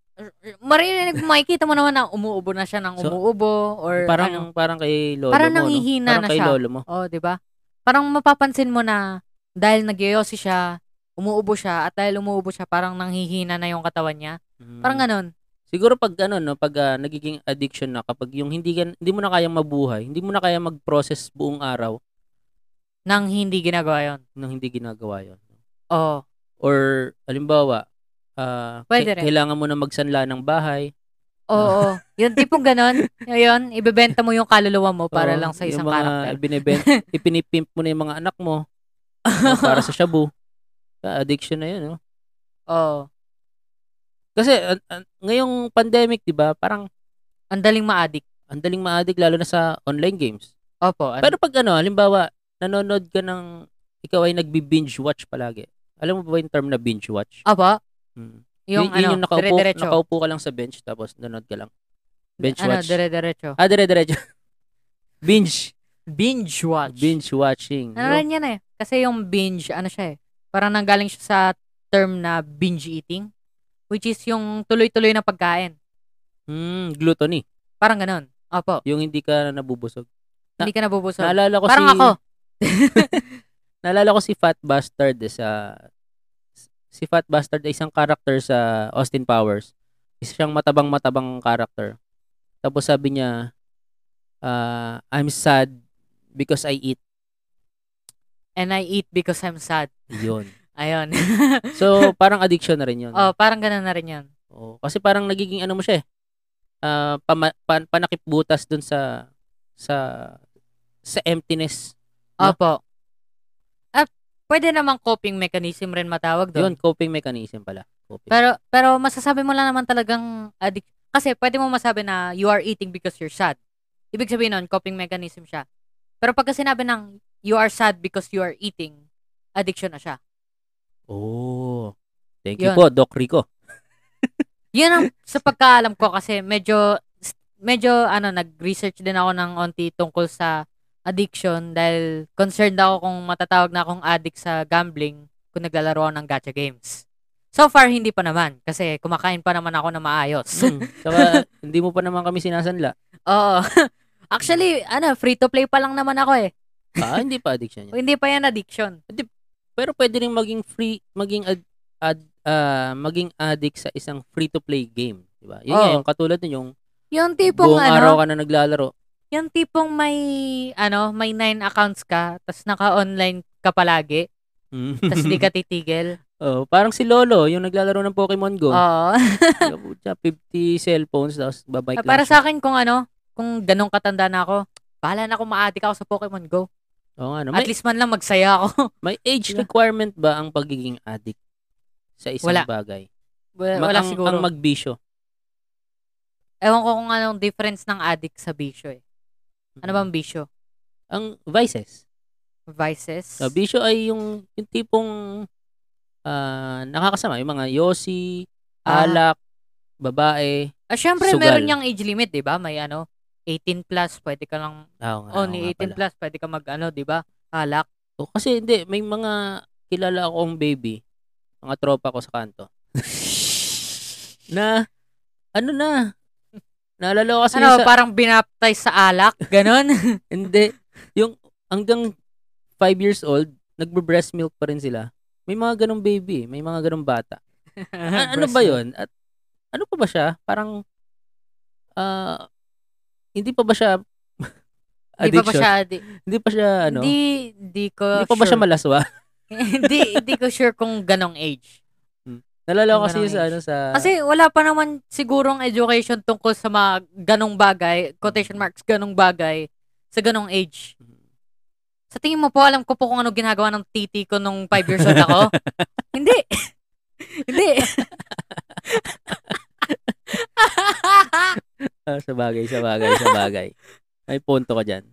Speaker 2: Marinig, makikita mo naman na umuubo na siya ng
Speaker 1: So,
Speaker 2: umuubo or
Speaker 1: parang
Speaker 2: ano.
Speaker 1: parang kay lolo
Speaker 2: Parang
Speaker 1: mo. no?
Speaker 2: nanghihina
Speaker 1: parang
Speaker 2: na
Speaker 1: kay
Speaker 2: siya.
Speaker 1: lolo mo.
Speaker 2: Oh, 'di ba? Parang mapapansin mo na dahil nagyoyosi siya, umuubo siya at dahil umuubo siya, parang nanghihina na yung katawan niya.
Speaker 1: Mm.
Speaker 2: Parang ganun.
Speaker 1: Siguro pag ano no, pag ah, nagiging addiction na kapag yung hindi ka, hindi mo na kayang mabuhay, hindi mo na kayang mag-process buong araw
Speaker 2: nang hindi ginagawa 'yon.
Speaker 1: nang hindi ginagawa 'yon.
Speaker 2: Oo.
Speaker 1: Or halimbawa, ah,
Speaker 2: Pwede
Speaker 1: ki-
Speaker 2: rin.
Speaker 1: kailangan mo na magsanla ng bahay.
Speaker 2: Oo. Yung tipong ganun. Yun, ibebenta mo yung kaluluwa mo para
Speaker 1: Oo,
Speaker 2: lang sa
Speaker 1: oh, yung
Speaker 2: isang
Speaker 1: mga
Speaker 2: karakter.
Speaker 1: Binibent, ipinipimp mo na yung mga anak mo no, para sa shabu. Ah, Addiction na 'yun, no?
Speaker 2: Oo.
Speaker 1: Kasi an- an- ngayong pandemic, 'di ba? Parang
Speaker 2: Ang daling ma-addict.
Speaker 1: ang daling ma-addict lalo na sa online games.
Speaker 2: Opo. Ano?
Speaker 1: Pero pag ano, halimbawa, nanonood ka ng, ikaw ay nagbi-binge watch palagi. Alam mo ba yung term na binge watch?
Speaker 2: Opo.
Speaker 1: Mm.
Speaker 2: Yung,
Speaker 1: Y- yun
Speaker 2: ano,
Speaker 1: yung nakaupo,
Speaker 2: dire-diretso.
Speaker 1: nakaupo ka lang sa bench tapos nanonood ka lang. Bench
Speaker 2: ano,
Speaker 1: watch.
Speaker 2: dire-diretso.
Speaker 1: ah, dire-diretso. binge.
Speaker 2: Binge watch.
Speaker 1: Binge watching.
Speaker 2: Ano rin yan eh. Kasi yung binge, ano siya eh. Parang nanggaling siya sa term na binge eating. Which is yung tuloy-tuloy na pagkain.
Speaker 1: Mm, gluttony.
Speaker 2: Parang ganun. Opo.
Speaker 1: Yung hindi ka nabubusog. Na-
Speaker 2: hindi ka nabubusog.
Speaker 1: Naalala ko
Speaker 2: Parang
Speaker 1: si...
Speaker 2: ako.
Speaker 1: Naalala ko si Fat Bastard eh, sa... Si Fat Bastard ay isang character sa Austin Powers. Isa siyang matabang-matabang character. Tapos sabi niya, ah, I'm sad because I eat.
Speaker 2: And I eat because I'm sad.
Speaker 1: Yun.
Speaker 2: Ayun.
Speaker 1: So, parang addiction na rin yun.
Speaker 2: oh, parang ganun na rin yun.
Speaker 1: Oo. Kasi parang nagiging ano mo siya eh. Ah, pama- pan- panakip butas dun sa sa sa emptiness. No?
Speaker 2: Opo. At pwede namang coping mechanism rin matawag
Speaker 1: Yun,
Speaker 2: doon.
Speaker 1: coping mechanism pala. Coping.
Speaker 2: Pero pero masasabi mo lang naman talagang addict kasi pwede mo masabi na you are eating because you're sad. Ibig sabihin nun, coping mechanism siya. Pero pagka sinabi ng you are sad because you are eating, addiction na siya.
Speaker 1: oh. Thank you
Speaker 2: Yun.
Speaker 1: po, Doc Rico.
Speaker 2: Yun ang sa pagkaalam ko kasi medyo medyo ano nag-research din ako ng onti tungkol sa addiction dahil concerned ako kung matatawag na akong addict sa gambling kung naglalaro ako ng gacha games. So far hindi pa naman kasi kumakain pa naman ako na maayos.
Speaker 1: Mm. Saka, hindi mo pa naman kami sinasanla.
Speaker 2: Oo. Actually, ano, free to play pa lang naman ako eh.
Speaker 1: Ah, hindi pa addiction yan.
Speaker 2: Hindi pa yan addiction.
Speaker 1: Pero pwede rin maging free, maging ad, ad- ah, maging addict sa isang free-to-play game. Diba? Yun nga,
Speaker 2: Oo.
Speaker 1: yung katulad nun, yung
Speaker 2: Oh. Yung
Speaker 1: buong
Speaker 2: tipong ano,
Speaker 1: araw ka na naglalaro.
Speaker 2: yung tipong may ano, may nine accounts ka, tas naka-online ka palagi,
Speaker 1: Mm.
Speaker 2: tas di ka titigil.
Speaker 1: Oo, Oh, parang si Lolo, yung naglalaro ng Pokemon Go.
Speaker 2: Oo.
Speaker 1: Yung putya, 50 cellphones, tapos babike lang
Speaker 2: Ah, Para
Speaker 1: siya.
Speaker 2: sa akin kung ano, kung ganong katanda na ako, bahala na kung ma-addict ako sa Pokemon Go.
Speaker 1: Oo nga, no?
Speaker 2: At
Speaker 1: May,
Speaker 2: least man lang magsaya ako.
Speaker 1: may age
Speaker 2: Diba?
Speaker 1: requirement ba ang pagiging addict sa isang
Speaker 2: Wala.
Speaker 1: bagay?
Speaker 2: Wala,
Speaker 1: Ma-
Speaker 2: wala
Speaker 1: ang,
Speaker 2: siguro.
Speaker 1: Ang magbisyo.
Speaker 2: Ewan ko kung anong difference ng addict sa bisyo eh. Ano bang bisyo?
Speaker 1: Ang vices.
Speaker 2: Vices?
Speaker 1: Ah, bisyo ay yung, yung tipong ah, nakakasama. Yung mga yosi,
Speaker 2: Ah.
Speaker 1: alak, babae.
Speaker 2: Ah, syempre,
Speaker 1: Sugal.
Speaker 2: meron niyang age limit, di ba? May ano, 18 plus, pwede ka lang,
Speaker 1: Ah, Oo nga, oo
Speaker 2: only
Speaker 1: nga
Speaker 2: 18
Speaker 1: pala.
Speaker 2: plus, pwede ka mag, ano, di ba? Alak.
Speaker 1: Oo, kasi hindi, may mga kilala akong baby, mga tropa ko sa kanto, na, ano na, naalala ko kasi
Speaker 2: ano,
Speaker 1: yung sa,
Speaker 2: parang binaptize sa alak, ganun.
Speaker 1: Hindi. Yung hanggang 5 years old, nagbe-breast milk pa rin sila. May mga ganong baby, may mga ganong bata. A- ano ba yun? At ano pa ba siya? Parang, ah, hindi pa ba siya
Speaker 2: Hindi pa ba
Speaker 1: addiction?
Speaker 2: siya, di,
Speaker 1: Hindi pa siya, ano? Hindi,
Speaker 2: di, di ko
Speaker 1: pa ba siya
Speaker 2: sure.
Speaker 1: malaswa?
Speaker 2: Hindi, hindi ko sure kung ganong age.
Speaker 1: Nalala ko
Speaker 2: Yung
Speaker 1: kasi
Speaker 2: ganong
Speaker 1: yun sa,
Speaker 2: age.
Speaker 1: ano, sa...
Speaker 2: Kasi wala pa naman sigurong education tungkol sa mga ganong bagay, quotation marks, ganong bagay, sa ganong age. Sa tingin mo po, alam ko po kung ano ginagawa ng titi ko nung 5 years old ako. hindi. Hindi.
Speaker 1: Ah, sa bagay, sa bagay, sa bagay. May punto ka dyan.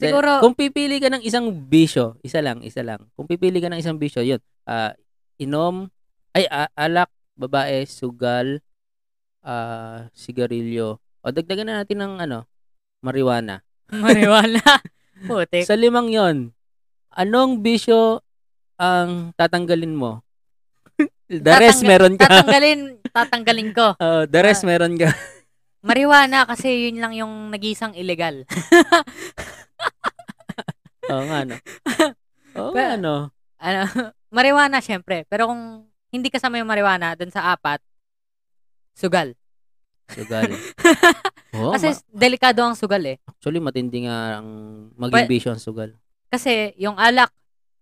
Speaker 1: Sa-
Speaker 2: Siguro-
Speaker 1: Kung pipili ka ng isang bisyo, isa lang, isa lang. Kung pipili ka ng isang bisyo, yun. ah, inom, ay, a- alak, babae, sugal, ah, sigarilyo. O, dagdagan na natin ng, ano, marijuana.
Speaker 2: Mariwala. Putik.
Speaker 1: Sa limang yon anong bisyo ang tatanggalin mo? the rest
Speaker 2: Tatangga-
Speaker 1: meron ka.
Speaker 2: tatanggalin, tatanggalin ko.
Speaker 1: Oh, the rest
Speaker 2: Ah.
Speaker 1: meron ka.
Speaker 2: Mariwana kasi yun lang yung nagisang illegal.
Speaker 1: Oo Oh, nga, no? Oh, Oo
Speaker 2: Pero-
Speaker 1: nga, no?
Speaker 2: ano, mariwana syempre. Pero kung hindi kasama yung mariwana dun sa apat, sugal.
Speaker 1: Sugal. Oo,
Speaker 2: Kasi
Speaker 1: ma-
Speaker 2: delikado ang sugal eh.
Speaker 1: actually, matindi nga ang maging
Speaker 2: Well-
Speaker 1: bisyo ang sugal.
Speaker 2: Kasi yung alak,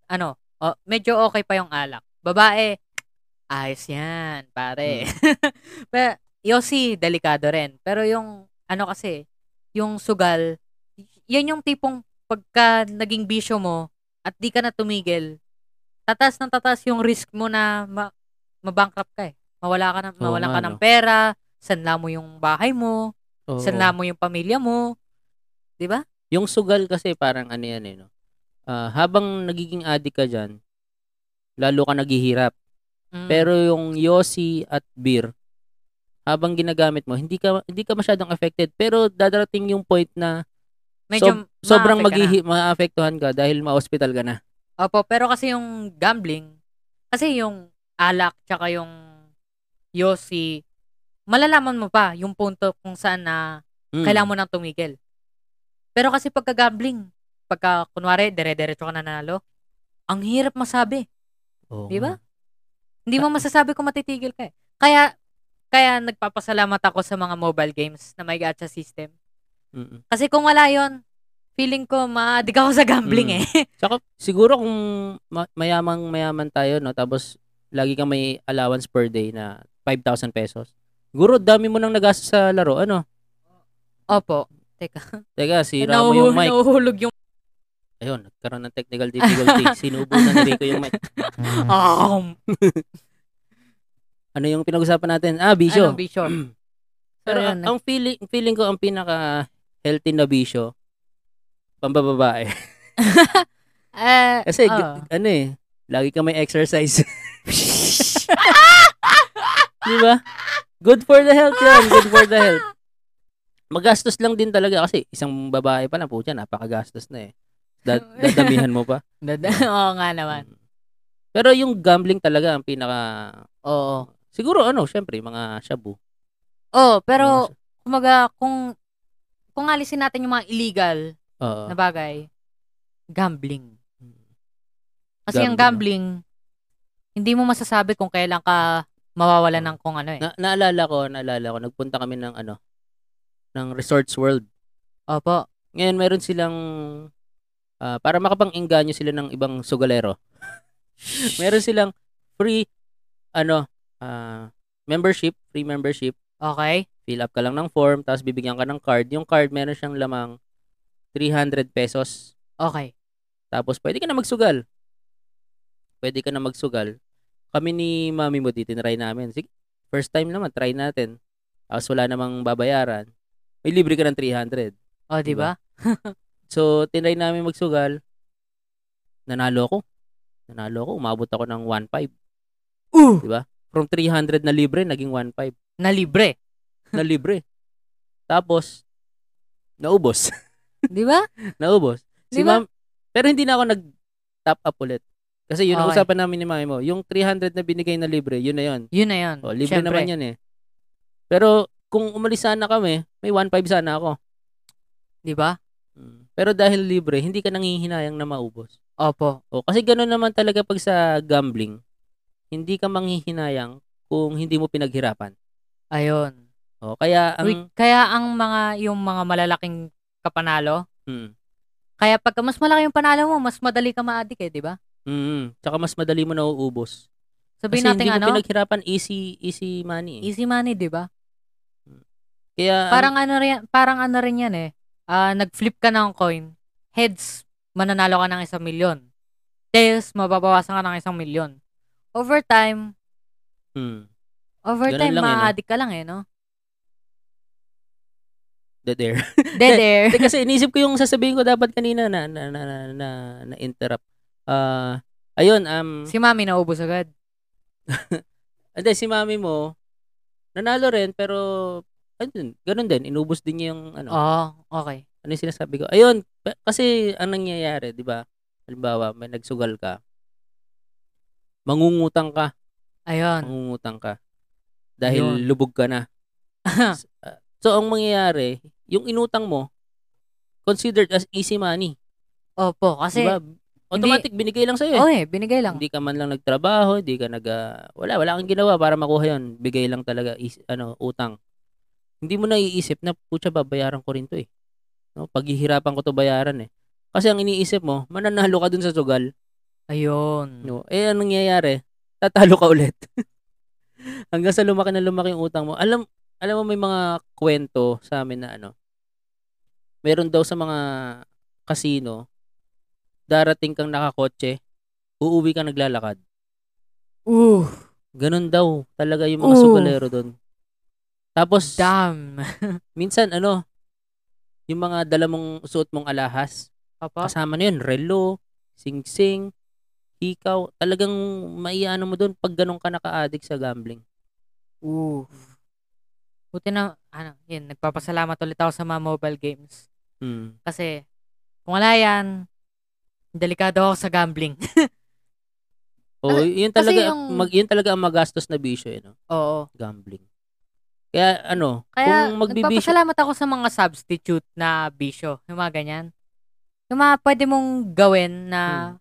Speaker 2: ano, oh, medyo okay pa yung alak. Babae, ayos yan, pare.
Speaker 1: Hmm.
Speaker 2: Pero, Yossi, delikado rin. Pero yung, ano kasi, yung sugal, yan yung tipong pagka naging bisyo mo at di ka na tumigil, tatas ng tatas yung risk mo na ma- mabankrupt ka eh. Mawala ka, ng,
Speaker 1: Oo
Speaker 2: mawalan
Speaker 1: nga,
Speaker 2: ka ng
Speaker 1: no.
Speaker 2: pera, sanla mo yung bahay mo,
Speaker 1: Oo.
Speaker 2: sanla mo yung pamilya mo. Di ba?
Speaker 1: Yung sugal kasi parang ano yan eh, no? Ah, habang nagiging addict ka dyan, lalo ka naghihirap.
Speaker 2: Mm.
Speaker 1: Pero yung yosi at beer, habang ginagamit mo, hindi ka hindi ka masyadong affected. Pero dadarating yung point na
Speaker 2: medyo
Speaker 1: sobrang
Speaker 2: ma-affect ka na.
Speaker 1: magihi maapektuhan ka dahil ma-hospital ka na.
Speaker 2: Opo, pero kasi yung gambling, kasi yung alak tsaka yung yosi, malalaman mo pa yung punto kung saan na
Speaker 1: Mm.
Speaker 2: kailangan mo nang tumigil. Pero kasi pagka gambling, pagka kunwari dire-diretso ka nanalo, ang hirap masabi,
Speaker 1: Oo
Speaker 2: di ba?
Speaker 1: nga.
Speaker 2: Hindi mo masasabi kung matitigil ka eh. Kaya kaya nagpapasalamat ako sa mga mobile games na may gacha system.
Speaker 1: Mm-mm.
Speaker 2: Kasi kung wala yon feeling ko ma-addict ako sa gambling
Speaker 1: Mm.
Speaker 2: eh.
Speaker 1: Tsaka siguro kung ma- mayamang mayaman tayo no tapos lagi kang may allowance per day na 5,000 pesos. Siguro dami mo nang nagastos sa laro. Ano?
Speaker 2: Opo. Teka.
Speaker 1: Teka, sira mo yung
Speaker 2: Nauhu-
Speaker 1: mic.
Speaker 2: Nahuhulog yung
Speaker 1: Ayun, nagkaroon ng technical difficulty. Sinubo na ni Rico yung mic.
Speaker 2: Um,
Speaker 1: Ano yung pinag-usapan natin? Ah, bisyo.
Speaker 2: Ano, bisyo?
Speaker 1: Pero ang,
Speaker 2: Ayun,
Speaker 1: ang feeling feeling ko ang pinaka healthy na bisyo pambababae.
Speaker 2: eh,
Speaker 1: Kasi g-
Speaker 2: oo.
Speaker 1: ano eh, lagi ka may exercise.
Speaker 2: ah,
Speaker 1: 'Di ba? Diba? Good for the health 'yan, good for the health. Magastos lang din talaga kasi isang babae pa lang po dyan, napakagastos na eh. Da- dadamihan mo pa.
Speaker 2: Dada- Oo nga naman.
Speaker 1: Mm. Pero yung gambling talaga ang pinaka
Speaker 2: Oo.
Speaker 1: siguro ano, syempre mga shabu.
Speaker 2: Oh,
Speaker 1: Ano
Speaker 2: pero kumaga kung kung alisin natin yung mga illegal
Speaker 1: Oo.
Speaker 2: na bagay, gambling. Kasi
Speaker 1: Gambling.
Speaker 2: yung gambling, hindi mo masasabi kung kailan ka mawawala
Speaker 1: Ah.
Speaker 2: ng kung ano eh.
Speaker 1: Na- naalala ko, naalala ko, nagpunta kami ng ano, ng Resorts World.
Speaker 2: Opo.
Speaker 1: Ngayon meron silang ah, para makapang-engganyo sila ng ibang sugalero. meron silang free ano, ah, membership, free membership.
Speaker 2: Okay?
Speaker 1: Fill up ka lang ng form, tapos bibigyan ka ng card. Yung card meron siyang lamang 300 pesos.
Speaker 2: Okay.
Speaker 1: Tapos pwede ka na magsugal. Pwede ka na magsugal. Kami ni mami mo dito, tinry namin. Sige, first time naman, try natin. Tapos wala namang babayaran. May libre ka ng 300.
Speaker 2: O, di
Speaker 1: Diba?
Speaker 2: ba?
Speaker 1: So, tinry namin magsugal. Nanalo ako. Nanalo ako. Umabot ako ng 1.5.
Speaker 2: Uh!
Speaker 1: From 300 na libre, naging 1.5.
Speaker 2: Na libre.
Speaker 1: Na libre. Tapos, naubos.
Speaker 2: Di ba?
Speaker 1: Naubos. Si
Speaker 2: Di ba?
Speaker 1: ma'am, pero hindi na ako nag-top up ulit. Kasi yun ang
Speaker 2: Okay.
Speaker 1: usapan namin ni mami mo. Yung 300 na binigay na libre, yun na yun.
Speaker 2: Yun na yun.
Speaker 1: O, libre
Speaker 2: Siyempre.
Speaker 1: naman yun eh. Pero kung umalis sana kami, may 1.5 sana ako.
Speaker 2: Di ba?
Speaker 1: Mm.
Speaker 2: Hmm.
Speaker 1: Pero dahil libre, hindi ka nanghihinayang na maubos.
Speaker 2: Opo.
Speaker 1: O, kasi gano'n naman talaga pag sa gambling, hindi ka manghihinayang kung hindi mo pinaghirapan.
Speaker 2: Ayun.
Speaker 1: O, kaya
Speaker 2: Uy,
Speaker 1: ang...
Speaker 2: kaya ang mga, yung mga malalaking kapanalo,
Speaker 1: Mm,
Speaker 2: Kaya pagka mas malaki yung panalo mo, mas madali ka ma-addict eh, di ba?
Speaker 1: mm, tsaka mas madali mo nauubos. Kasi
Speaker 2: Sabihin
Speaker 1: hindi
Speaker 2: natin
Speaker 1: mo
Speaker 2: ano,
Speaker 1: pinaghirapan, easy, easy money. eh.
Speaker 2: easy money, di ba?
Speaker 1: Kaya, ang-
Speaker 2: Parang ano rin, parang ano rin yan eh. Ah, nag-flip ka ng coin, heads, mananalo ka ng isang milyon. Tails, mababawasan ka ng isang milyon. Over time,
Speaker 1: Hmm.
Speaker 2: Overtime,
Speaker 1: Ganun lang eh, no?
Speaker 2: ma-addict ka lang eh, no?
Speaker 1: Dead air.
Speaker 2: Dead air.
Speaker 1: Hindi, kasi inisip ko yung sasabihin ko dapat kanina na na na na, na, na interrupt. Ah, ayun, um
Speaker 2: Si mami naubos agad.
Speaker 1: Hindi, si mami mo, nanalo rin, pero, ano yun, ganun din, inubos din niya yung, ano,
Speaker 2: Oo, okay.
Speaker 1: ano yung sinasabi ko. Ayun, pa- kasi, ang nangyayari, di ba, halimbawa, may nagsugal ka, mangungutang ka,
Speaker 2: Ayun.
Speaker 1: mangungutang ka, dahil
Speaker 2: Yun.
Speaker 1: lubog ka na. S- ah, so, ang mangyayari, yung inutang mo, considered as easy money.
Speaker 2: Opo, kasi,
Speaker 1: Di ba? Automatic, binigay lang sa'yo eh.
Speaker 2: oh eh, binigay lang.
Speaker 1: Hindi ka man lang nagtrabaho, hindi ka nag ah, wala wala kang ginawa para makuha 'yon. Bigay lang talaga is, ano utang. Hindi mo naiisip na putya babayaran ko rin 'to eh. No, paghihirapan ko 'to bayaran eh. Kasi ang iniisip mo, mananalo ka dun sa sugal.
Speaker 2: Ayun.
Speaker 1: No, eh anong nangyayari? Tatalo ka ulit. Hanggang sa lumaki na lumaki yung utang mo. Alam alam mo may mga kwento sa amin na ano. Meron daw sa mga casino, darating kang nakakotse, uuwi ka naglalakad.
Speaker 2: Uh,
Speaker 1: Ganun daw talaga yung mga
Speaker 2: Oof.
Speaker 1: sugalero doon. Tapos,
Speaker 2: damn.
Speaker 1: minsan ano, yung mga dala mong suot mong alahas,
Speaker 2: Opo.
Speaker 1: kasama na yun, relo, sing-sing, hikaw, talagang maiano mo doon pag ganun ka naka-addict sa gambling.
Speaker 2: Uh. Buti na, ano, yun, nagpapasalamat ulit ako sa mga mobile games.
Speaker 1: Mm.
Speaker 2: Kasi, kung wala yan, delikado ako sa gambling.
Speaker 1: O,
Speaker 2: Kasi-
Speaker 1: yun
Speaker 2: Ah, kasi
Speaker 1: talaga,
Speaker 2: yung-
Speaker 1: mag, yun talaga ang magastos na bisyo, eh, no?
Speaker 2: Oo.
Speaker 1: gambling. Kaya ano,
Speaker 2: Kaya,
Speaker 1: kung magbibisyo,
Speaker 2: nagpapasalamat ako sa mga substitute na bisyo. Yung mga ganyan. Yung mga pwede mong gawin na,
Speaker 1: Hmm.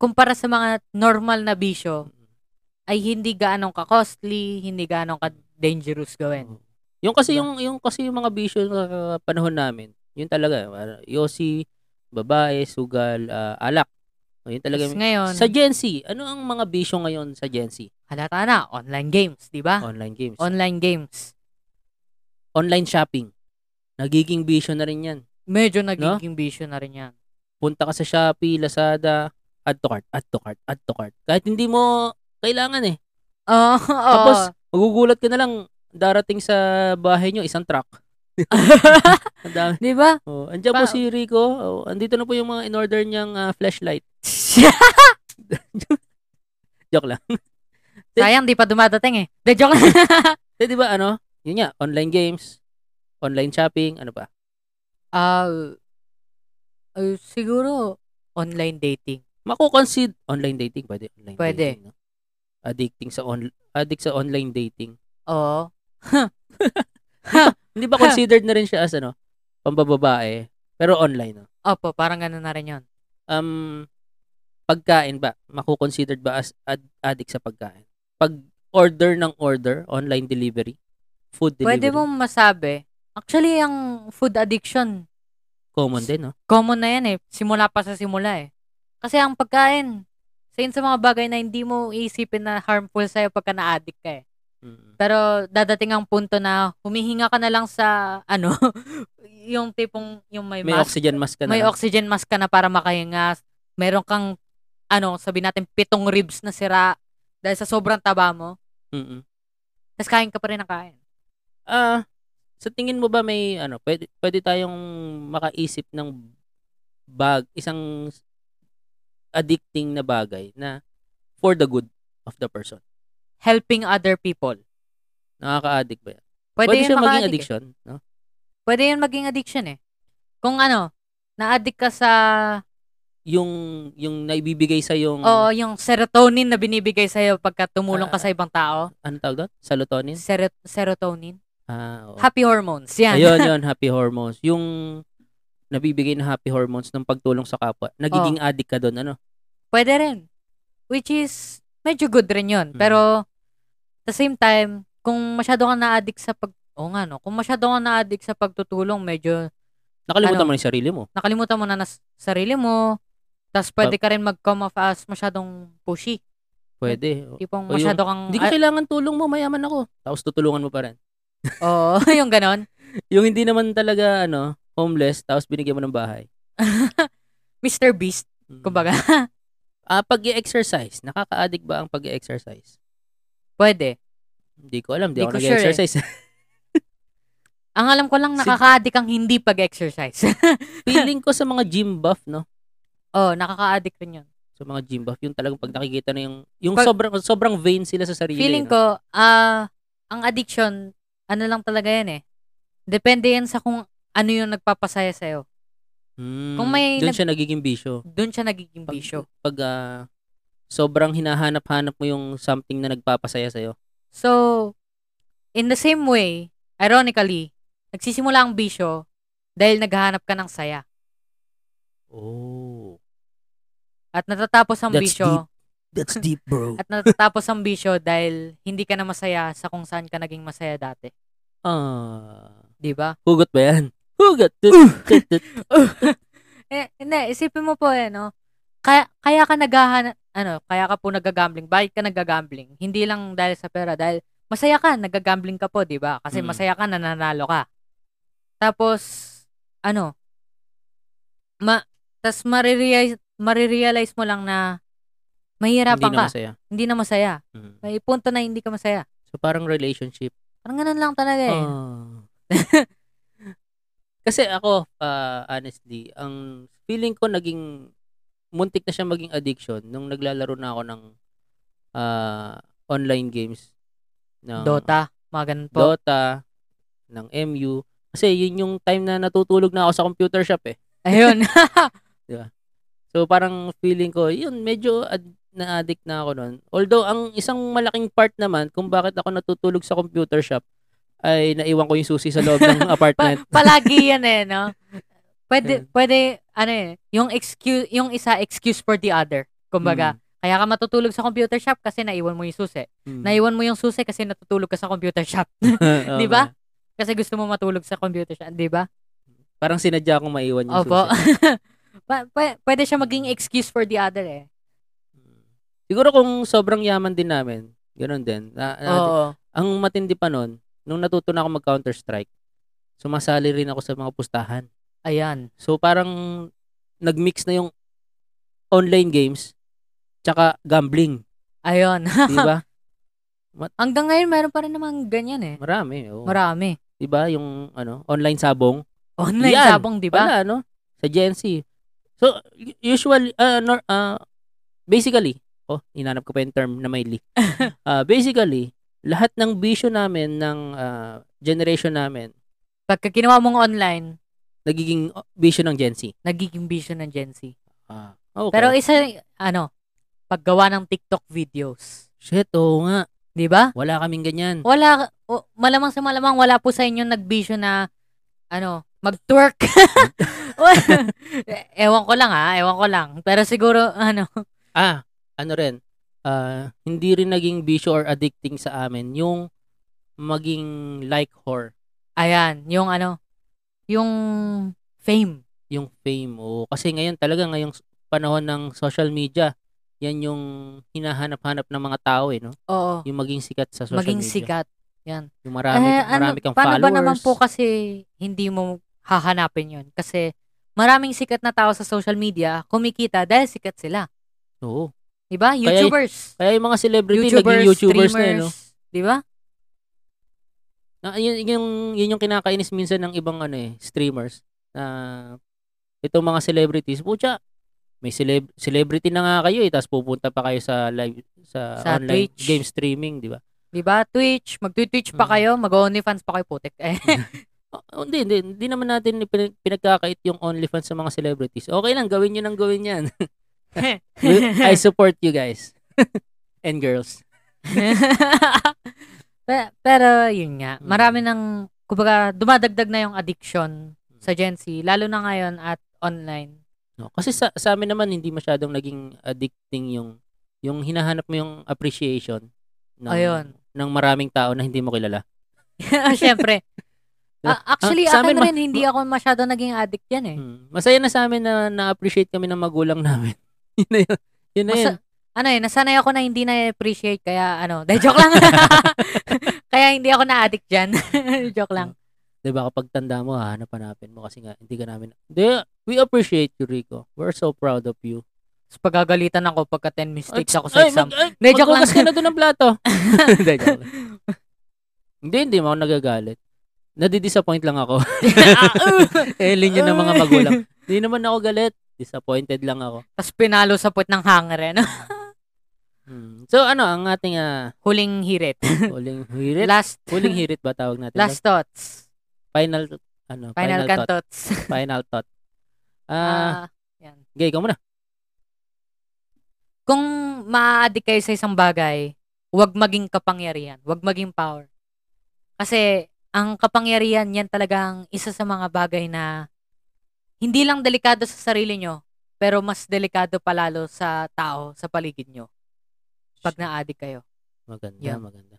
Speaker 2: kumpara sa mga normal na bisyo, ay hindi gaanong ka-costly, hindi gaanong ka-dangerous gawin.
Speaker 1: Oo. Yung kasi
Speaker 2: Diba?
Speaker 1: yung yung kasi yung mga bisyo na panahon namin, yun talaga uh, yosi, babae, sugal, ah, alak. O, Yun talaga.
Speaker 2: Tapos
Speaker 1: yung-
Speaker 2: ngayon,
Speaker 1: Sa Gen Z, ano ang mga bisyo ngayon sa Gen Z?
Speaker 2: halata na, online games, di ba?
Speaker 1: Online games,
Speaker 2: Online games.
Speaker 1: online shopping. Nagiging bisyo na rin 'yan.
Speaker 2: Medyo nagiging bisyo na rin yan.
Speaker 1: Punta ka sa Shopee, Lazada, add to cart, add to cart, add to cart. Kahit hindi mo kailangan eh.
Speaker 2: Oo.
Speaker 1: Tapos
Speaker 2: oh.
Speaker 1: magugulat ka na lang darating sa bahay nyo, isang truck. Ang dami.
Speaker 2: di ba?
Speaker 1: Oh, andiyan po
Speaker 2: Pa-
Speaker 1: si Rico. Oh, andito na po yung mga in-order niyang ah, flashlight. Joke lang.
Speaker 2: Sayang, di pa dumadating eh. De, joke lang.
Speaker 1: Eh, di ba ano? Yun nga, online games, online shopping, ano pa?
Speaker 2: Ah, ah, siguro, online dating.
Speaker 1: Makukonsid online dating, pwede online
Speaker 2: Pwede.
Speaker 1: dating. No? Addicting sa on addict sa online dating.
Speaker 2: Oo.
Speaker 1: Hindi ba considered na rin siya as ano, pambababae, pero online, no?
Speaker 2: Opo, parang ganun na rin yun.
Speaker 1: Um pagkain ba? Makukonsidered ba as ad- addict sa pagkain? Pag order ng order, online delivery, food
Speaker 2: Pwede
Speaker 1: delivery,
Speaker 2: mong masabi, actually, ang food addiction,
Speaker 1: common din, no?
Speaker 2: common na yan eh. Simula pa sa simula eh. Kasi ang pagkain, sa yun sa mga bagay na hindi mo iisipin na harmful sa'yo pagka na-addict ka eh.
Speaker 1: Mm.
Speaker 2: Pero dadating ang punto na humihinga ka na lang sa ano, yung tipong yung may,
Speaker 1: May
Speaker 2: mask,
Speaker 1: oxygen mask ka na.
Speaker 2: may
Speaker 1: lang.
Speaker 2: oxygen mask ka na para makahinga. Meron kang ano, sabi natin pitong ribs na sira dahil sa sobrang taba mo.
Speaker 1: Mm-mm.
Speaker 2: Tapos kain ka pa rin ng kain.
Speaker 1: Ah, sa tingin mo ba may ano, pwede, pwede tayong makaisip ng bag, isang addicting na bagay na for the good of the person.
Speaker 2: Helping other people.
Speaker 1: Nakaka-addict ba yan?
Speaker 2: Pwede,
Speaker 1: Pwede,
Speaker 2: yun
Speaker 1: siya maging
Speaker 2: maka-addict eh.
Speaker 1: addiction, no?
Speaker 2: Pwede yun maging addiction eh. Kung ano, na-addict ka sa
Speaker 1: Yung yung naibibigay sa yung
Speaker 2: Oo, yung serotonin na binibigay sa'yo pagka tumulong ka
Speaker 1: Mm. Ah,
Speaker 2: sa ibang tao.
Speaker 1: ano tawag doon? Serotonin.
Speaker 2: Sero- serotonin.
Speaker 1: Ah, oo.
Speaker 2: Happy hormones. Yan.
Speaker 1: Ayun, yun, happy hormones. Yung nabibigay na happy hormones ng pagtulong sa kapwa. Nagiging addict ka doon, ano?
Speaker 2: Pwede rin. Which is, medyo good rin yun.
Speaker 1: Mm.
Speaker 2: Pero, at the same time, kung masyado ka na-addict sa pag... Oo nga, no? Kung masyado ka na-addict sa pagtutulong, medyo
Speaker 1: Nakalimutan
Speaker 2: Ano?
Speaker 1: mo na yung sarili mo.
Speaker 2: nakalimutan mo na na s- sarili mo. Tapos pwede ka rin mag-come off as masyadong pushy.
Speaker 1: Pwede. O, O,
Speaker 2: Tipong
Speaker 1: yung-
Speaker 2: masyado kang...
Speaker 1: Hindi ko kailangan tulong mo, mayaman ako. Tapos tutulungan mo pa rin.
Speaker 2: ah, Oo, yung ganon.
Speaker 1: Yung hindi naman talaga, ano, homeless, tapos binigyan mo ng bahay.
Speaker 2: Mr. Beast,
Speaker 1: Mm.
Speaker 2: kumbaga.
Speaker 1: Ah, pag exercise nakaka-addict ba ang pag exercise
Speaker 2: Pwede.
Speaker 1: Hindi ko alam. Hindi ako
Speaker 2: Hindi ko sure eh.
Speaker 1: nag-exercise.
Speaker 2: Ang alam ko lang,
Speaker 1: Sig-
Speaker 2: nakaka-addict ang hindi pag-exercise.
Speaker 1: Feeling ko sa mga gym buff, no?
Speaker 2: oh, nakaka-addict rin yun.
Speaker 1: Sa mga gym buff, yung talagang pag nakikita na yung, yung
Speaker 2: Pag-
Speaker 1: sobrang, sobrang vain sila sa sarili. no?
Speaker 2: Feeling ko, ah, ang addiction, ano lang talaga yan eh. Depende yan sa kung ano yung nagpapasaya sa'yo.
Speaker 1: Hmm,
Speaker 2: kung may
Speaker 1: Doon
Speaker 2: nag-
Speaker 1: siya nagiging bisyo.
Speaker 2: Doon siya nagiging
Speaker 1: Pag-
Speaker 2: bisyo.
Speaker 1: Pag ah, sobrang hinahanap-hanap mo yung something na nagpapasaya sa'yo.
Speaker 2: So, in the same way, ironically, nagsisimula ang bisyo dahil naghahanap ka ng saya.
Speaker 1: Oh.
Speaker 2: At natatapos ang
Speaker 1: That's
Speaker 2: bisyo.
Speaker 1: That's deep, bro.
Speaker 2: At natatapos ang bisyo dahil hindi ka na masaya sa kung saan ka naging masaya dati.
Speaker 1: Ah.
Speaker 2: Di ba?
Speaker 1: Hugot ba yan? Hugot. Tut, tut.
Speaker 2: eh, hindi, isipin mo po eh, no? Kaya, kaya ka naghahanap, ano, kaya ka po nagagambling. Bakit ka nagagambling? Hindi lang dahil sa pera, dahil masaya ka, nagagambling ka po, di ba? Kasi
Speaker 1: Mm.
Speaker 2: masaya ka, nananalo ka. Tapos, ano, ma, tas marirealize, marirealize mo lang na
Speaker 1: Hindi
Speaker 2: mahirapan
Speaker 1: na
Speaker 2: ka.
Speaker 1: masaya.
Speaker 2: Hindi na masaya.
Speaker 1: Mm.
Speaker 2: May punto na hindi ka masaya.
Speaker 1: So parang relationship.
Speaker 2: Parang ganun lang talaga eh.
Speaker 1: Ah. Kasi ako, ah, honestly, ang feeling ko naging, muntik na siya maging addiction nung naglalaro na ako ng ah, online games. Ng
Speaker 2: Dota, mga ganun po.
Speaker 1: Dota, ng MU. Kasi yun yung time na natutulog na ako sa computer shop eh.
Speaker 2: Ayun.
Speaker 1: So parang feeling ko, yun, medyo ad- na-addict na ako nun. Although, ang isang malaking part naman kung bakit ako natutulog sa computer shop ay naiwan ko yung susi sa loob ng
Speaker 2: Pa-
Speaker 1: apartment.
Speaker 2: palagi yan eh, no? Pwede,
Speaker 1: Yeah.
Speaker 2: pwede, ano eh, yung excuse, yung isa excuse for the other. Kumbaga, kaya ka matutulog sa computer shop kasi naiwan mo yung susi.
Speaker 1: Mm.
Speaker 2: Naiwan mo yung susi kasi natutulog ka sa computer shop.
Speaker 1: Oo
Speaker 2: Di ba?
Speaker 1: nga.
Speaker 2: Kasi gusto mo matulog sa computer shop, di ba?
Speaker 1: Parang sinadya akong maiwan yung
Speaker 2: Opo.
Speaker 1: susi.
Speaker 2: Pa- pa- pwede siya maging excuse for the other eh.
Speaker 1: Mm. Siguro kung sobrang yaman din namin, ganun din. Na, na-
Speaker 2: Oo.
Speaker 1: Ang matindi pa nun, nung natuto na ako mag-Counter-Strike, sumasali rin ako sa mga pustahan.
Speaker 2: Ayan.
Speaker 1: So parang nagmix na yung online games tsaka gambling,
Speaker 2: Ayun.
Speaker 1: 'di ba?
Speaker 2: Hanggang ngayon, meron pa rin namang ganyan eh.
Speaker 1: Marami, oo.
Speaker 2: Marami.
Speaker 1: 'Di ba yung ano, online sabong?
Speaker 2: Online
Speaker 1: Yan.
Speaker 2: sabong, di
Speaker 1: Wala
Speaker 2: ba?
Speaker 1: no? Sa Gen Z. So u- usually uh, nor- uh, basically, oh, inanap ko pa yung term na may li. Ah, basically, lahat ng bisyo namin ng ah, generation namin
Speaker 2: Pagka ginawa mong online,
Speaker 1: nagiging oh, bisyo ng Gen Z.
Speaker 2: nagiging vision ng Gen Z.
Speaker 1: Ah, okay.
Speaker 2: Pero isa, ano, paggawa ng TikTok videos.
Speaker 1: shit, oo nga.
Speaker 2: Di ba?
Speaker 1: Wala kaming ganyan.
Speaker 2: Wala, o, malamang sa malamang, wala po sa inyo nagbisyo na, ano, mag-twerk. ewan ko lang ha, ewan ko lang. Pero siguro, ano,
Speaker 1: Ah, ano rin, ah, hindi rin naging bisyo or addicting sa amin yung maging like whore,
Speaker 2: ayan, yung ano, yung fame.
Speaker 1: yung fame. O, kasi ngayon talaga, ngayong s- panahon ng social media, yan yung hinahanap-hanap ng mga tao eh, no?
Speaker 2: Oo,
Speaker 1: Yung maging sikat sa social
Speaker 2: maging
Speaker 1: media.
Speaker 2: sikat.
Speaker 1: Yung marami,
Speaker 2: Eh, ano,
Speaker 1: marami kang
Speaker 2: paano
Speaker 1: followers.
Speaker 2: ba naman po kasi hindi mo hahanapin yun? Kasi maraming sikat na tao sa social media kumikita dahil sikat sila.
Speaker 1: Oo.
Speaker 2: Di ba?
Speaker 1: Kaya-
Speaker 2: YouTubers.
Speaker 1: Kaya yung mga celebrity,
Speaker 2: YouTubers,
Speaker 1: naging YouTubers na,
Speaker 2: streamers,
Speaker 1: eh, no?
Speaker 2: Di ba?
Speaker 1: Na, yun, yun yung, yun yung kinakainis minsan ng ibang ano eh, streamers. Na itong mga celebrities, pucha, may celeb- celebrity na nga kayo eh, tapos pupunta pa kayo sa live sa,
Speaker 2: Sa
Speaker 1: online
Speaker 2: Twitch.
Speaker 1: game streaming, di ba?
Speaker 2: Di ba? Twitch, magtwi-Twitch pa
Speaker 1: Mm.
Speaker 2: kayo, mag-OnlyFans pa kayo, putik. Eh,
Speaker 1: Oh, hindi, hindi, hindi naman natin pinag- pinagkakait yung OnlyFans sa mga celebrities. Okay lang, gawin nyo nang gawin yan. I support you guys. And girls.
Speaker 2: Pe- Pero, yun nga,
Speaker 1: Mm.
Speaker 2: marami ng, kumbaga, dumadagdag na yung addiction
Speaker 1: Mm.
Speaker 2: sa Gen Z, lalo na ngayon at online.
Speaker 1: No? Kasi sa, sa amin naman, hindi masyadong naging addicting yung yung hinahanap mo yung appreciation ng,
Speaker 2: Ayun.
Speaker 1: ng maraming tao na hindi mo kilala.
Speaker 2: Siyempre. Ah, actually,
Speaker 1: sa amin
Speaker 2: akin
Speaker 1: ma-
Speaker 2: rin, hindi ako masyado naging addict yan eh.
Speaker 1: Mm. Masaya na sa amin na na-appreciate kami ng magulang namin. yun na yun. Yun na yun.
Speaker 2: Masa- ano eh, nasanay ako na hindi na-appreciate, kaya ano, de, joke lang. kaya hindi ako na-addict dyan. joke lang.
Speaker 1: Diba kapag tanda mo, hahanap-hanapin mo kasi nga, hindi ka namin, hindi, we appreciate you, Rico. We're so proud of you.
Speaker 2: Tapos pagagalitan ako pagka 10 mistakes ako sa
Speaker 1: Ay,
Speaker 2: exam.
Speaker 1: mag- ay,
Speaker 2: Hindi, joke lang.
Speaker 1: maghugas ka na doon ng plato. Hindi, joke lang. Hindi, hindi mo ako nagagalit. Nadidisappoint lang ako.
Speaker 2: Ah, uh.
Speaker 1: eh, linya ng mga magulang. Hindi naman ako galit. Disappointed lang ako.
Speaker 2: Tapos pinalo sa puwet ng hanger. Ano?
Speaker 1: Hmm. So, ano, ang ating ah,
Speaker 2: Huling hirit.
Speaker 1: huling hirit.
Speaker 2: Last.
Speaker 1: huling hirit ba tawag natin?
Speaker 2: Last thoughts.
Speaker 1: Final, ano, final,
Speaker 2: Final,
Speaker 1: thought.
Speaker 2: cantots.
Speaker 1: Final thought. Ah,
Speaker 2: Ah, yan.
Speaker 1: gay, ikaw muna.
Speaker 2: Kung ma-addict kayo sa isang bagay, huwag maging kapangyarihan. Huwag maging power. Kasi ang kapangyarihan, yan talagang isa sa mga bagay na hindi lang delikado sa sarili nyo, pero mas delikado palalo sa tao, sa paligid nyo, pag na-addict kayo.
Speaker 1: Maganda,
Speaker 2: Yun. Mm.
Speaker 1: maganda.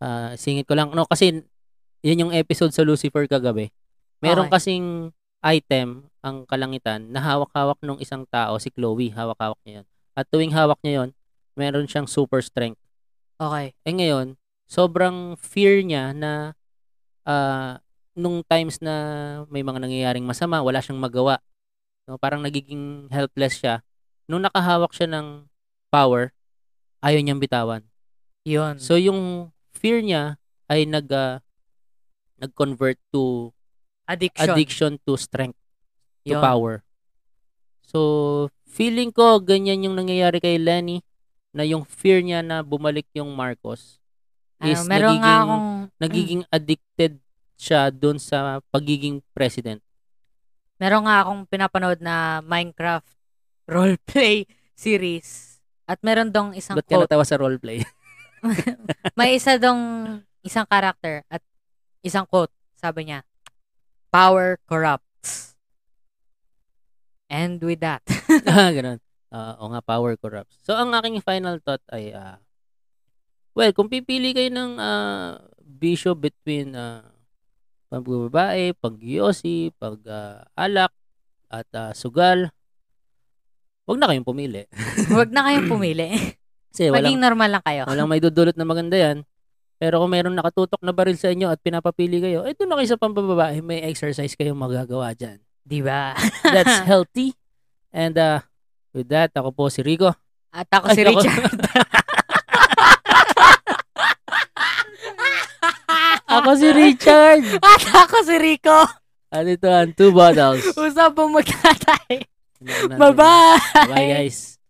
Speaker 1: Ah, singit ko lang. No, kasi yun yung episode sa Lucifer kagabi. Meron
Speaker 2: Okay.
Speaker 1: kasing item ang kalangitan na hawak-hawak nung isang tao, si Chloe, hawak-hawak niya yun. At tuwing hawak niya yun, meron siyang super strength.
Speaker 2: Okay.
Speaker 1: Eh ngayon, sobrang fear niya na ah, nung times na may mga nangyayaring masama, wala siyang magawa. No, parang nagiging helpless siya. Nung nakahawak siya ng power, ayaw niyang bitawan.
Speaker 2: Yun.
Speaker 1: So yung fear niya ay nag ah, nag-convert to
Speaker 2: addiction.
Speaker 1: addiction to strength, to
Speaker 2: Yun.
Speaker 1: power. So feeling ko ganyan yung nangyayari kay Lenny na yung fear niya na bumalik yung Marcos
Speaker 2: Ano,
Speaker 1: is
Speaker 2: meron nga
Speaker 1: nagiging-
Speaker 2: akong
Speaker 1: nagiging addicted siya doon sa pagiging president.
Speaker 2: meron nga akong pinapanood na Minecraft roleplay series. At meron dong isang
Speaker 1: Ba't ka
Speaker 2: quote.
Speaker 1: natawa sa roleplay?
Speaker 2: May isa dong isang character at isang quote. Sabi niya, Power corrupts. And with that,
Speaker 1: ah, ganun. Ah, o nga, power corrupts. So, ang aking final thought ay, ah, well, kung pipili kayo ng ah, bisyo between ah, pagbababae, pagyosi, pag-alak, at ah, sugal, wag na kayong pumili.
Speaker 2: huwag na kayong pumili.
Speaker 1: Kasi
Speaker 2: Maging
Speaker 1: walang,
Speaker 2: normal lang kayo.
Speaker 1: walang may dudulot na maganda yan. Pero kung mayroong nakatutok na baril sa inyo at pinapapili kayo, eh, doon na kayo sa pambababae, may exercise kayong magagawa dyan.
Speaker 2: Di ba?
Speaker 1: That's healthy. And uh, with that, ako po si Rico.
Speaker 2: At ako si
Speaker 1: Ay, ako.
Speaker 2: Richard.
Speaker 1: Ako si Richard.
Speaker 2: At ako si Rico.
Speaker 1: At ito ang two bottles.
Speaker 2: Usapang magtatay.
Speaker 1: Ano natin?
Speaker 2: Bye-bye!
Speaker 1: Bye guys.